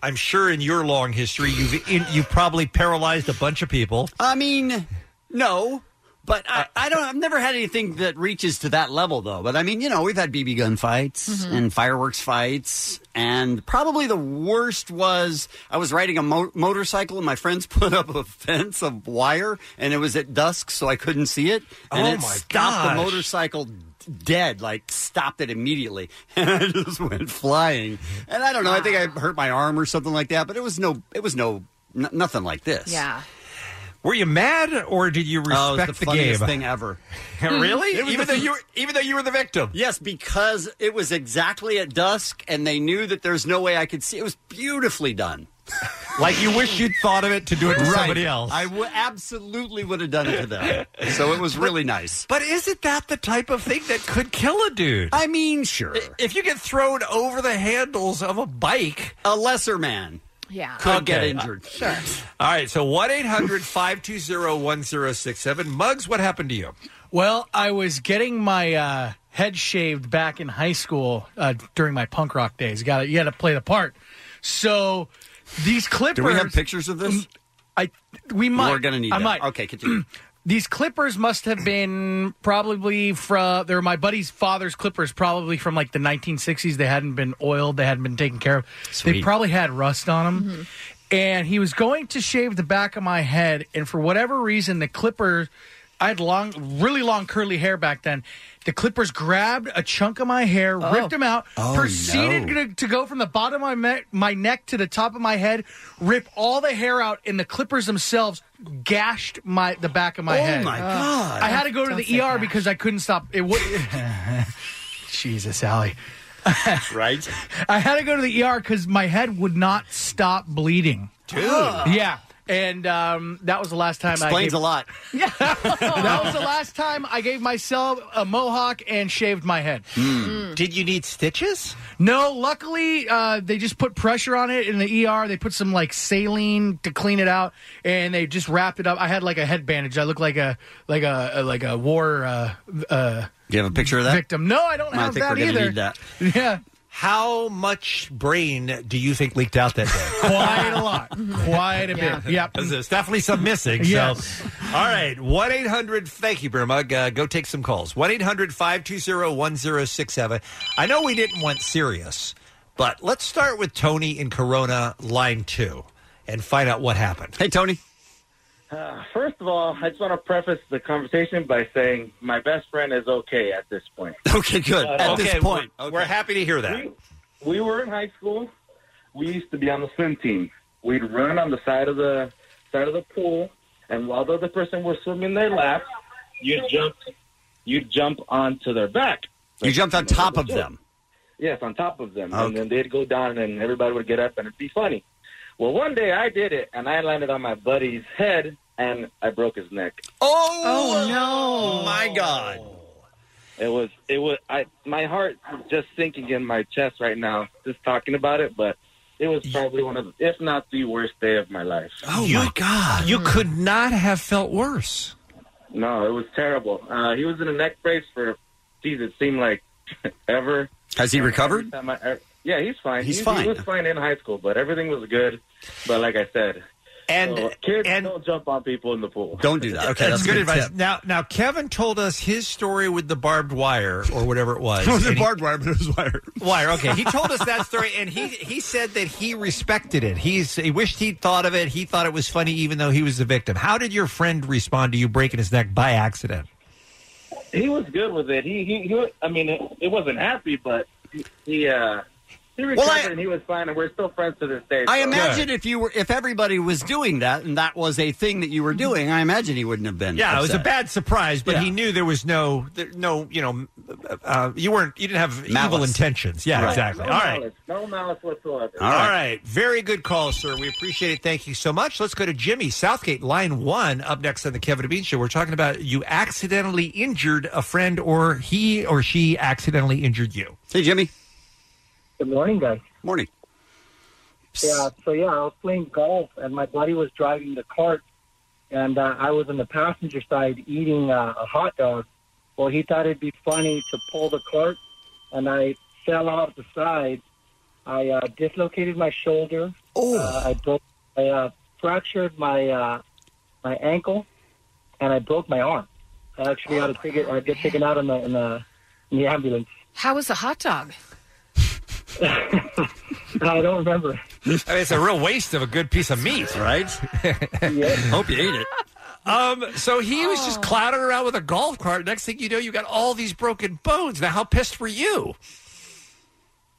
I'm sure in your long history, you've in, you've probably paralyzed a bunch of people. I mean, no, but Uh, I, I don't. I've never had anything that reaches to that level, though. But I mean, you know, we've had BB gun fights Mhm. Mm-hmm. and fireworks fights, and probably the worst was I was riding a mo- motorcycle and my friends put up a fence of wire, and it was at dusk, so I couldn't see it, and Oh, it my stopped the gosh. motorcycle d- dead, like stopped it immediately, and I just went flying. And I don't know. I think I hurt my arm or something like that, but it was no, it was no, n- nothing like this. Yeah. Were you mad or did you respect oh, it was the, the, funniest game? thing ever. really? It was Even the- though you were, even though you were the victim. Yes, because it was exactly at dusk, and they knew that there's no way I could see. It was beautifully done. like you wish you'd thought of it to do it to somebody else. I w- absolutely would have done it to them. So it was really nice. But isn't that the type of thing that could kill a dude? I mean, sure. If you get thrown over the handles of a bike, a lesser man Yeah. could get injured. Sure. All right, so 1 800 520 1067. Muggs, what happened to you? Well, I was getting my uh, head shaved back in high school uh, during my punk rock days. Got to You got to play the part. So these clippers. Do we have pictures of this? I we might. We're going to need I that. might. Okay, continue. These clippers must have been probably from. They're my buddy's father's clippers, probably from like the 1960s. They hadn't been oiled. They hadn't been taken care of. They Sweet. probably had rust on them. And he was going to shave the back of my head, and for whatever reason, the clippers. I had long, really long curly hair back then. The clippers grabbed a chunk of my hair, ripped them out, Oh, proceeded no. to, to go from the bottom of my, me- my neck to the top of my head, rip all the hair out, and the clippers themselves gashed my the back of my Oh, head. my God. I had to go to Don't the say ER because I couldn't stop. It would. Jesus, Allie. right? I had to go to the ER because my head would not stop bleeding. Dude. Yeah. And um, that was the last time I Explains gave- a lot. Yeah, that was the last time I gave myself a mohawk and shaved my head. Did you need stitches? No, luckily uh, they just put pressure on it in the ER. They put some like saline to clean it out, and they just wrapped it up. I had like a head bandage. I looked like a like a, like a war uh, uh, Do you have a picture of that? victim. No, I don't I have think that we're going to either. need that. Yeah. How much brain do you think leaked out that day? Quite a lot. Quite a bit. Yep. 'Cause There's definitely some missing. Yes. So. All right. 1 800. Thank you, Burma. Uh, go take some calls. 1 800 520 1067. I know we didn't want serious, but let's start with Tony in Corona, line two, and find out what happened. Hey, Tony. Uh, first of all, I just want to preface the conversation by saying my best friend is okay at this point. Okay, good. But- At this point, We're, we're happy to hear that. We were in high school. We used to be on the swim team. We'd run on the side of the side of the pool, and while the other person was swimming their lap, you'd jump, you'd jump onto their back. you jumped on top of them. Yes, on top of them, and then they'd go down, and everybody would get up, and it'd be funny. Well, one day I did it, and I landed on my buddy's head, and I broke his neck. Oh, no! My God! It was it was I my heart is just sinking in my chest right now just talking about it, but it was probably one of if not the worst day of my life. Oh, my God. You could not have felt worse. No, it was terrible. Uh, he was in a neck brace for geez, it seemed like ever. Has he Every recovered? time I- ev- yeah, he's fine. He's He- fine. He was fine in high school, but everything was good. But like I said, and kids don't jump on people in the pool. Don't do that. that's, good, advice. Now, now Kevin told us his story with the barbed wire or whatever it was. It was and he- barbed wire, but it was wire. wire. Okay, he told us that story, and he he said that he respected it. He's he wished he'd thought of it. He thought it was funny, even though he was the victim. How did your friend respond to you breaking his neck by accident? He was good with it. He he, he I mean, it, it wasn't happy, but he he, uh, he recovered and he was fine, and we're still friends to this day. I so- imagine if you were, if everybody was doing that, and that was a thing that you were doing, I imagine he wouldn't have been. Yeah, it was a upset. bad surprise, but Yeah. he knew there was no there, no you know uh, you weren't you didn't have evil Malice. intentions. Yeah, Right. exactly. No All right. malice, no malice whatsoever. All right. Very good call, sir. We appreciate it. Thank you so much. Let's go to Jimmy Southgate, line one, up next on the Kevin and Bean Show. We're talking about you accidentally injured a friend or he or she accidentally injured you. Hey, Jimmy. Good morning, guys. Morning. Yeah, so yeah, I was playing golf, and my buddy was driving the cart, and uh, I was on the passenger side eating uh, a hot dog. Well, he thought it'd be funny to pull the cart, and I fell off the side. I uh, dislocated my shoulder. Oh! Uh, I broke. I uh, fractured my uh, my ankle, and I broke my arm. I actually had to take it. I get taken out in the in the, in the ambulance. How was the hot dog? I don't remember. I mean, it's a real waste of a good piece of meat, right? Hope you ate it. Um, so he was just clouding around with a golf cart. Next thing you know, you got all these broken bones. Now, how pissed were you?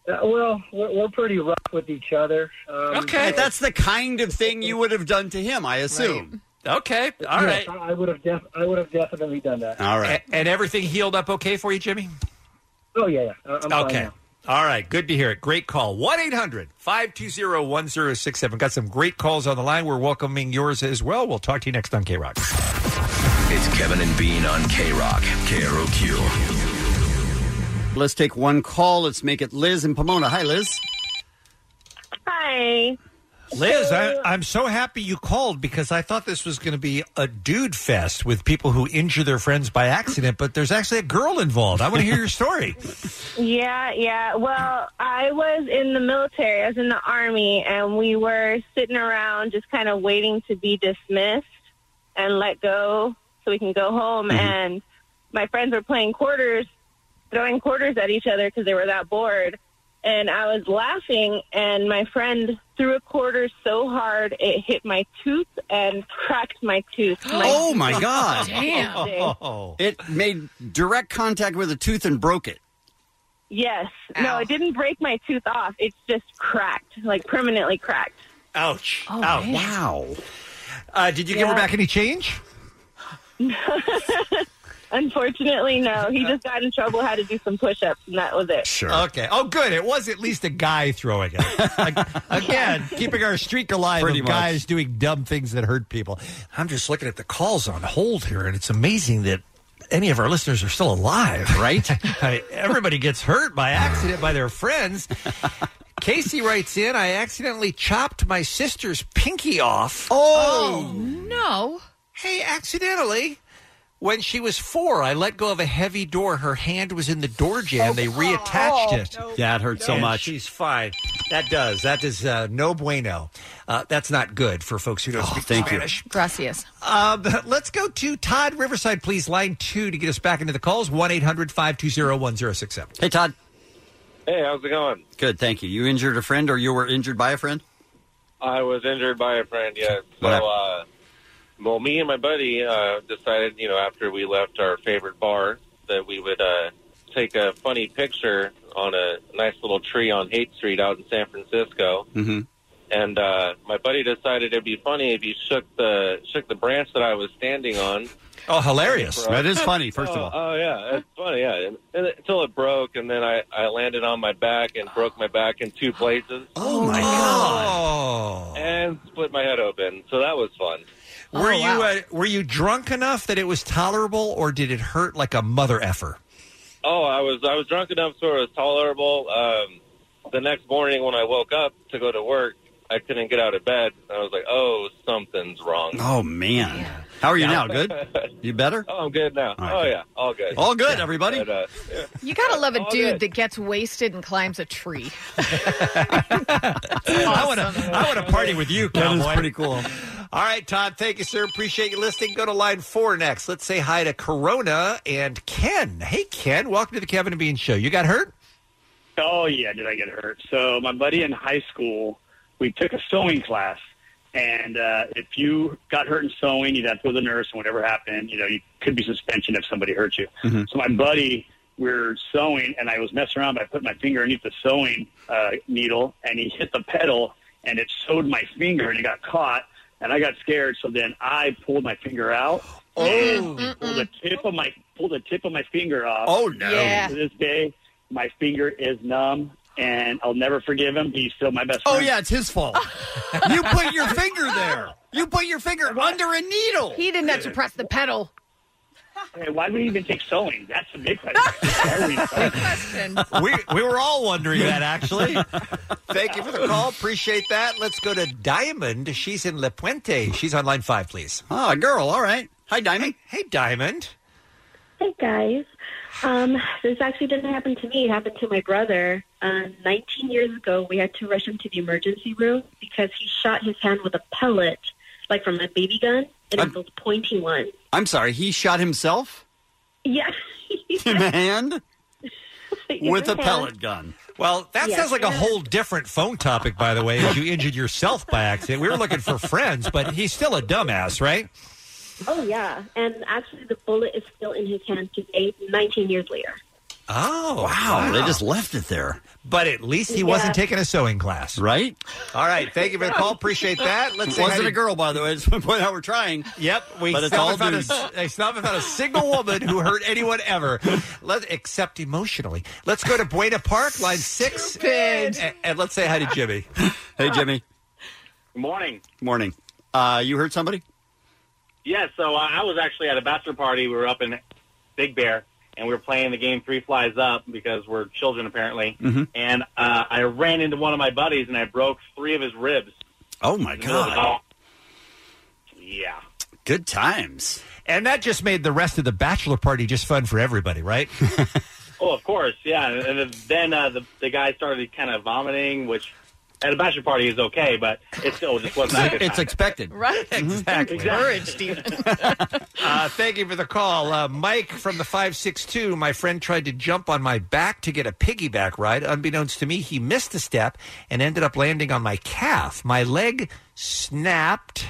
Uh, well, we're, we're pretty rough with each other. Um, Okay, that's the kind of thing you would have done to him, I assume. Okay, All right. I would have def- I would have definitely done that. All right. A- and everything healed up okay for you, Jimmy? Oh yeah, yeah. I- I'm fine okay. now. All right, good to hear it. Great call. 1 800 520 1067. Got some great calls on the line. We're welcoming yours as well. We'll talk to you next on K Rock. It's Kevin and Bean on K Rock, K R O Q. Let's take one call. Let's make it Liz in Pomona. Hi, Liz. Hi. Liz, I, I'm so happy you called because I thought this was going to be a dude fest with people who injure their friends by accident, but there's actually a girl involved. I want to hear your story. Yeah, yeah. Well, I was in the military. I was in the army, and we were sitting around just kind of waiting to be dismissed and let go so we can go home. Mm-hmm. And my friends were playing quarters, throwing quarters at each other because they were that bored. And I was laughing, and my friend threw a quarter so hard it hit my tooth and cracked my tooth. oh my god! Oh. Damn. It made direct contact with a tooth and broke it. Yes. No, it didn't break my tooth off. It's just cracked, like permanently cracked. Ouch. Oh, Ouch. man. Wow. Uh, did you give her Yeah. back any change? Unfortunately, no. He just got in trouble, had to do some push ups, and that was it. Okay. Oh, good. It was at least a guy throwing it. Like, again, keeping our streak alive Pretty of much. guys doing dumb things that hurt people. I'm just looking at the calls on hold here, and it's amazing that any of our listeners are still alive, right? I- Everybody gets hurt by accident by their friends. Casey writes in, I accidentally chopped my sister's pinky off. Oh. No. Hey, accidentally. When she was four, I let go of a heavy door. Her hand was in the door jam. They reattached Oh, it. no. Yeah, it hurt so And much. She's fine. That does. That is uh, no bueno. Uh, that's not good for folks who don't speak Oh, thank you. Spanish. Gracias. Uh, but let's go to Todd Riverside, please. Line two to get us back into the calls 1 800 520 1067. Hey, Todd. Hey, how's it going? Good, thank you. You injured a friend, or you were injured by a friend? I was injured by a friend, yeah. So, What uh, well, me and my buddy uh, decided, you know, after we left our favorite bar, that we would uh, take a funny picture on a nice little tree on Haight Street out in San Francisco. Mm-hmm. And uh, my buddy decided it'd be funny if he shook the shook the branch that I was standing on. Oh, hilarious. That is funny, first oh, of all. Oh yeah, that's funny. Yeah, and, and it- until it broke, and then I, I landed on my back and broke my back in two places. Oh my god! And split my head open. So that was fun. Were Oh, you uh, were you drunk enough that it was tolerable, or did it hurt like a mother effer? Oh, I was I was drunk enough so it was tolerable. Um, the next morning when I woke up to go to work, I couldn't get out of bed. I was like, oh, something's wrong. Oh man, how are you now? Good. You better? Oh, I'm good now. All right, oh good. yeah, all good. All good, everybody. But, uh, yeah. You gotta love a All dude good. that gets wasted and climbs a tree. I want to I want to party with you, That is cowboy. pretty cool. All right, Todd. Thank you, sir. Appreciate you listening. Go to line four next. Let's say hi to Corona and Ken. Hey, Ken. Welcome to the Kevin and Bean Show. You got hurt? Oh yeah, did I get hurt? So my buddy in high school, we took a sewing class, and uh, if you got hurt in sewing, you'd have to go to the nurse, and whatever happened, you know, you could be suspension if somebody hurt you. Mm-hmm. So my buddy, we're sewing, and I was messing around. But I put my finger underneath the sewing uh, needle, and he hit the pedal, and it sewed my finger, and it got caught, and I got scared. So then I pulled my finger out. Oh. and pulled the tip of my pulled the tip of my finger off. Oh, no. Yeah. To this day, my finger is numb, and I'll never forgive him. He's still my best Oh friend. yeah, it's his fault. you put your finger there. You put your finger under a needle. He didn't have to press the pedal. Hey, why do we even take sewing? That's the big question. Why do we sew? we we were all wondering that actually. Thank you for the call. Appreciate that. Let's go to Diamond. She's in La Puente. She's on line five, please. Ah, girl. All right. Hi, Diamond. Hey, Diamond. Hey guys, um, this actually didn't happen to me. It happened to my brother. Uh, 19 years ago, we had to rush him to the emergency room because he shot his hand with a pellet, like from a baby gun, and it was those pointy ones. I'm sorry. He shot himself Yeah. in the hand In with the a hand. pellet gun. Well, that Yes, sounds like a it is. whole different phone topic, by the way. If you injured yourself by accident, we were looking for friends, but he's still a dumbass, right? Oh yeah, and actually the bullet is still in his hand today, 19 years later. Oh, wow. They just left it there. But at least he Yeah. wasn't taking a sewing class. Right? All right. Thank you for the call. Appreciate that. Let's see how Wasn't you- a girl, by the way. I just want to point out we're trying. Yep, we but it's still all haven't dudes. found a, I still haven't found a single woman who hurt anyone ever, let, except emotionally. Let's go to Buena Park, line six, and, and let's say hi to Jimmy. Hey, Jimmy. Good morning. Morning. Uh, you heard somebody? Yeah, so I I was actually at a bachelor party. We were up in Big Bear, and we were playing the game Three Flies Up because we're children apparently. Mm-hmm. Mhm. And uh, I ran into one of my buddies, and I broke three of his ribs. Oh, my in the middle of the God. golf. Yeah. Good times. And that just made the rest of the bachelor party just fun for everybody, right? Oh, of course, yeah. And then uh, the the guy started kind of vomiting, which at a bachelor party is okay, but it still just wasn't. a good It's time. expected. Right. Mm-hmm. Exactly. Courage, Steve. uh, thank you for the call. Uh, Mike from the 562. My friend tried to jump on my back to get a piggyback ride. Unbeknownst to me, he missed a step and ended up landing on my calf. My leg snapped.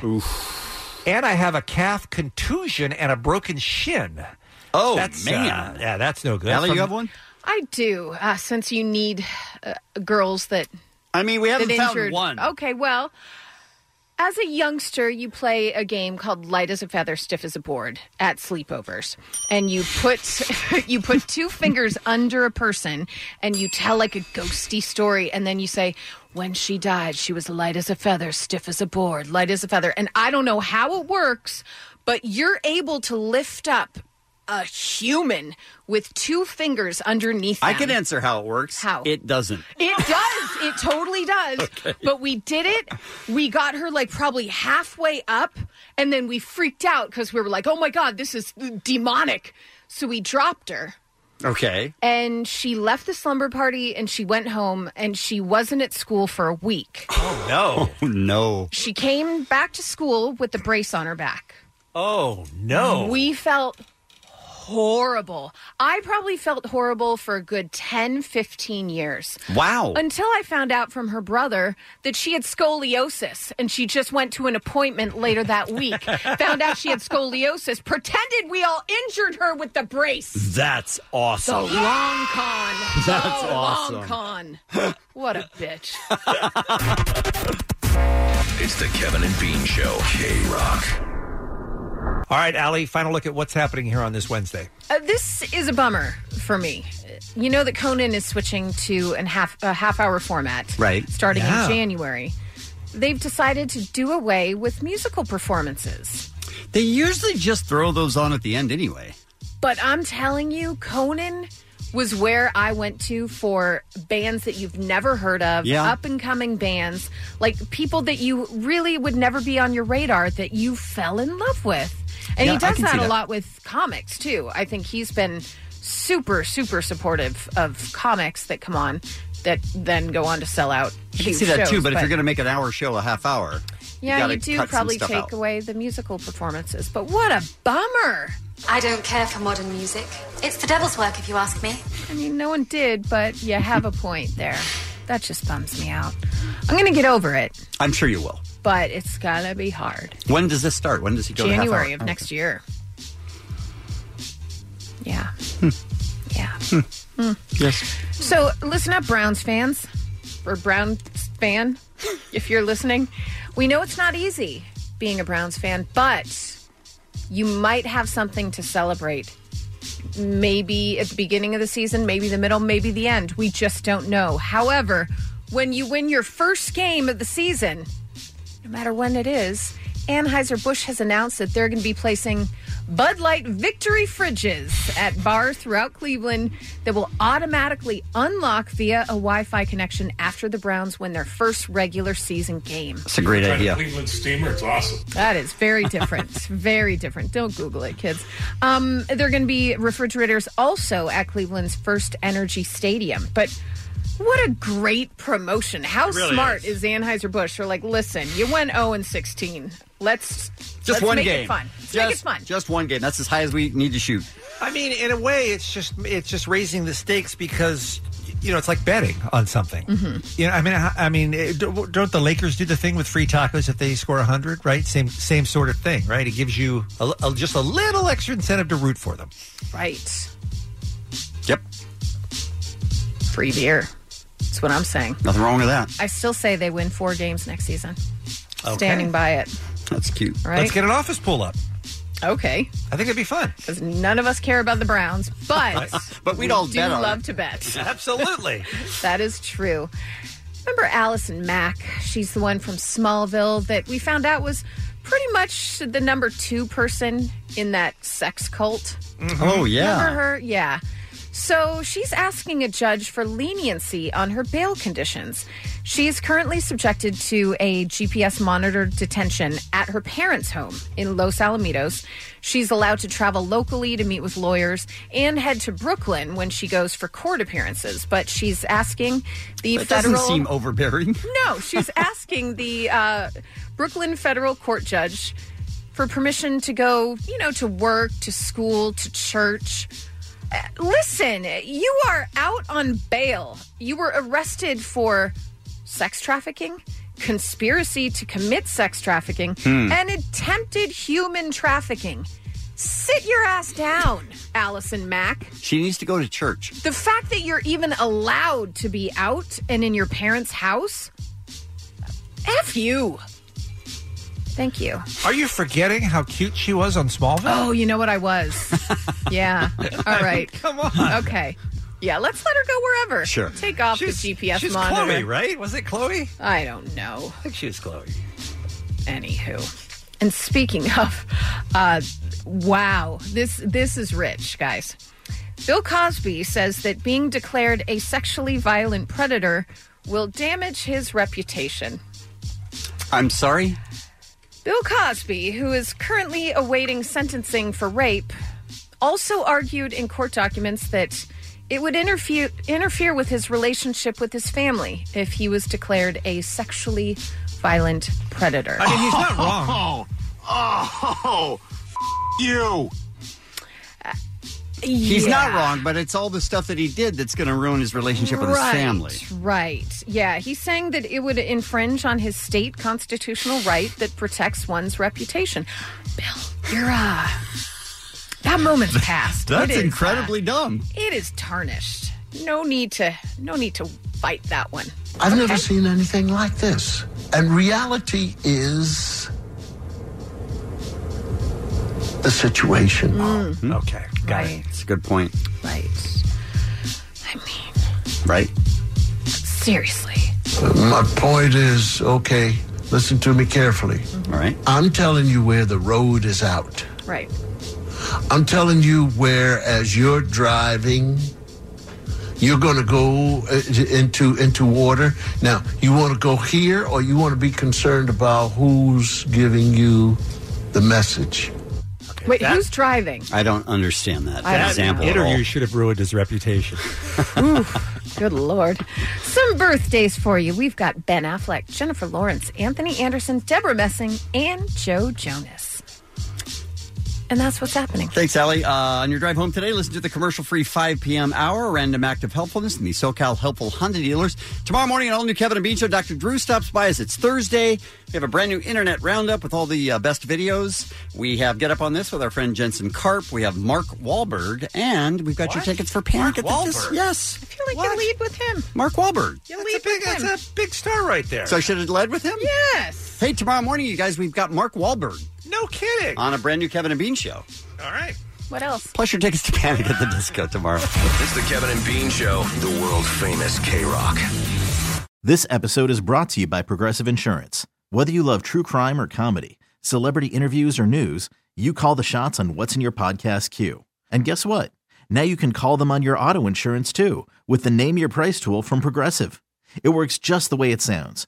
And I have a calf contusion and a broken shin. Oh, man. yeah, that's no good. Allie, you From- have one? I do, uh, since you need uh, girls that. I mean, we haven't found injured. one. Okay, well, as a youngster, you play a game called "Light as a Feather, Stiff as a Board" at sleepovers, and you put you put two fingers under a person, and you tell like a ghosty story, and then you say. When she died, she was light as a feather, stiff as a board, light as a feather. And I don't know how it works, but you're able to lift up a human with two fingers underneath. I them. can answer how it works. How? It doesn't. It does. It totally does. Okay. But we did it. We got her like probably halfway up, and then we freaked out because we were like, oh my God, this is demonic. So we dropped her. Okay. And she left the slumber party and she went home and she wasn't at school for a week. Oh, no. Oh, no. She came back to school with the brace on her back. Oh, no. We felt horrible. I probably felt horrible for a good 10, 15 years. Wow. Until I found out from her brother that she had scoliosis and she just went to an appointment later that week. found out she had scoliosis, pretended we all injured her with the brace. That's awesome. The long con. That's the awesome. Long con. What a bitch. It's the Kevin and Bean Show. K Rock. All right, Allie, final look at what's happening here on this Wednesday. Uh, this is a bummer for me. You know that Conan is switching to an half a half hour format, Right. Starting Yeah. in January, they've decided to do away with musical performances. They usually just throw those on at the end anyway. But I'm telling you, Conan was where I went to for bands that you've never heard of, Yeah. up and coming bands, like people that you really would never be on your radar that you fell in love with. And Yeah, he I does can that see a that. lot with comics too. I think he's been super, super supportive of comics that come on that then go on to sell out. I can huge see that too, shows, but, if you're going to make an hour show a half hour, yeah, you, you, gotta do cut some probably stuff take out. away the musical performances. But what a bummer! I don't care for modern music. It's the devil's work, if you ask me. I mean, no one did, but you have a point there. That just bums me out. I'm going to get over it, I'm sure you will. but it's going to be hard. When does this start? When does it go? January to half of hour? next year. Yeah. Hmm. Hmm. Yes. So listen up, Browns fans, or Browns fan, if you're listening. We know it's not easy being a Browns fan, but you might have something to celebrate. Maybe at the beginning of the season, maybe the middle, maybe the end. We just don't know. However, when you win your first game of the season, no matter when it is, Anheuser-Busch has announced that they're going to be placing Bud Light Victory fridges at bars throughout Cleveland that will automatically unlock via a Wi-Fi connection after the Browns win their first regular season game. That's a great Tried a idea. Cleveland steamer. It's awesome. That is very different. very different. Don't Google it, kids. Um, they're going to be refrigerators also at Cleveland's first Energy Stadium. But what a great promotion! How It really smart is, Anheuser Busch? They're like, listen, you went zero and sixteen. Let's Just let's one make game. It fun. Let's just, make it fun. Just one game. That's as high as we need to shoot. I mean, in a way, it's just it's just raising the stakes because you know it's like betting on something. Mm-hmm. You know, I mean, I, I mean, eh, don't don't the Lakers do the thing with free tacos if they score hundred? Right, same same sort of thing. Right, it gives you a, a- just a little extra incentive to root for them. Right. Yep. free beer. That's what I'm saying. Nothing wrong with that. I still say they win four games next season. Okay. Standing by it. That's cute. Right? Let's get an office pool up. Okay. I think it'd be fun. Because none of us care about the Browns, but But we'd all we bet do on love it. to bet. Absolutely. that is true. Remember Allison Mack? She's the one from Smallville that we found out was pretty much the number two person in that sex cult. Mm-hmm. Oh, yeah. Remember her? Yeah. So she's asking a judge for leniency on her bail conditions. She is currently subjected to a GPS monitored detention at her parents' home in Los Alamitos. She's allowed to travel locally to meet with lawyers and head to Brooklyn when she goes for court appearances. But she's asking the That federal. doesn't seem overbearing. No, she's asking the uh, Brooklyn federal court judge for permission to go, you know, to work, to school, to church. Uh, Listen, you are out on bail. You were arrested for sex trafficking, conspiracy to commit sex trafficking, Hmm. and attempted human trafficking. Sit your ass down, Allison Mack. She needs to go to church. The fact that you're even allowed to be out and in your parents' house? F you. Thank you. Are you forgetting how cute she was on Smallville? Oh, you know what I was. yeah. All right. Come on. Okay. Yeah, let's let her go wherever. Sure. Take off the GPS She's monitor. Chloe, right? Was it Chloe? I don't know. I think she was Chloe. Anywho. And speaking of, uh, wow, this this is rich, guys. Bill Cosby says that being declared a sexually violent predator will damage his reputation. I'm sorry. Bill Cosby, who is currently awaiting sentencing for rape, also argued in court documents that it would interfere interfere with his relationship with his family if he was declared a sexually violent predator. I mean, he's not wrong. Oh, You. He's not yeah. wrong, but it's all the stuff that he did that's going to ruin his relationship with his Right, family. Right. Yeah. He's saying that it would infringe on his state constitutional right that protects one's reputation. Bill, you're uh that moment's past. That's It is, uh, incredibly dumb. it is tarnished. No need to no need to fight that one. I've never seen anything like this. And reality is the situation. Mm. Okay, got it. It's Hmm? a good point. Right. Right? Seriously. My point is okay, listen to me carefully. Mm-hmm. All right. I'm telling you where the road is out. Right. I'm telling you where, as you're driving, you're going to go uh, into into water. Now, you want to go here, or you want to be concerned about who's giving you the message. Wait, who's driving? I don't understand that, I that don't example. know. at all. Interview should have ruined his reputation. Good lord. Some birthdays for you. We've got Ben Affleck, Jennifer Lawrence, Anthony Anderson, Deborah Messing, and Joe Jonas. And that's what's happening. Thanks, Allie. Uh, on your drive home today, listen to the commercial free 5 p.m. hour, Random Act of Helpfulness, and the SoCal Helpful Honda Dealers. Tomorrow morning, an all new Kevin and Bean Show. Dr. Drew stops by us. It's Thursday. We have a brand new internet roundup with all the uh, best videos. We have Get Up on This with our friend Jensen Karp. We have Mark Wahlberg, and we've got your tickets for Panic Mark at the Disco. Wahlberg? Yes. I feel like you lead with him. Mark Wahlberg. You lead with him. That's a big star right there. So I should have led with him? Yes. Hey, tomorrow morning, you guys, we've got Mark Wahlberg no kidding. on a brand new Kevin and Bean Show. All right. What else? Plus your tickets to Panic at the Disco tomorrow. It's the Kevin and Bean Show, the world famous K Rock. This episode is brought to you by Progressive Insurance. Whether you love true crime or comedy, celebrity interviews or news, you call the shots on what's in your podcast queue. And guess what? Now you can call them on your auto insurance too with the Name Your Price tool from Progressive. It works just the way it sounds.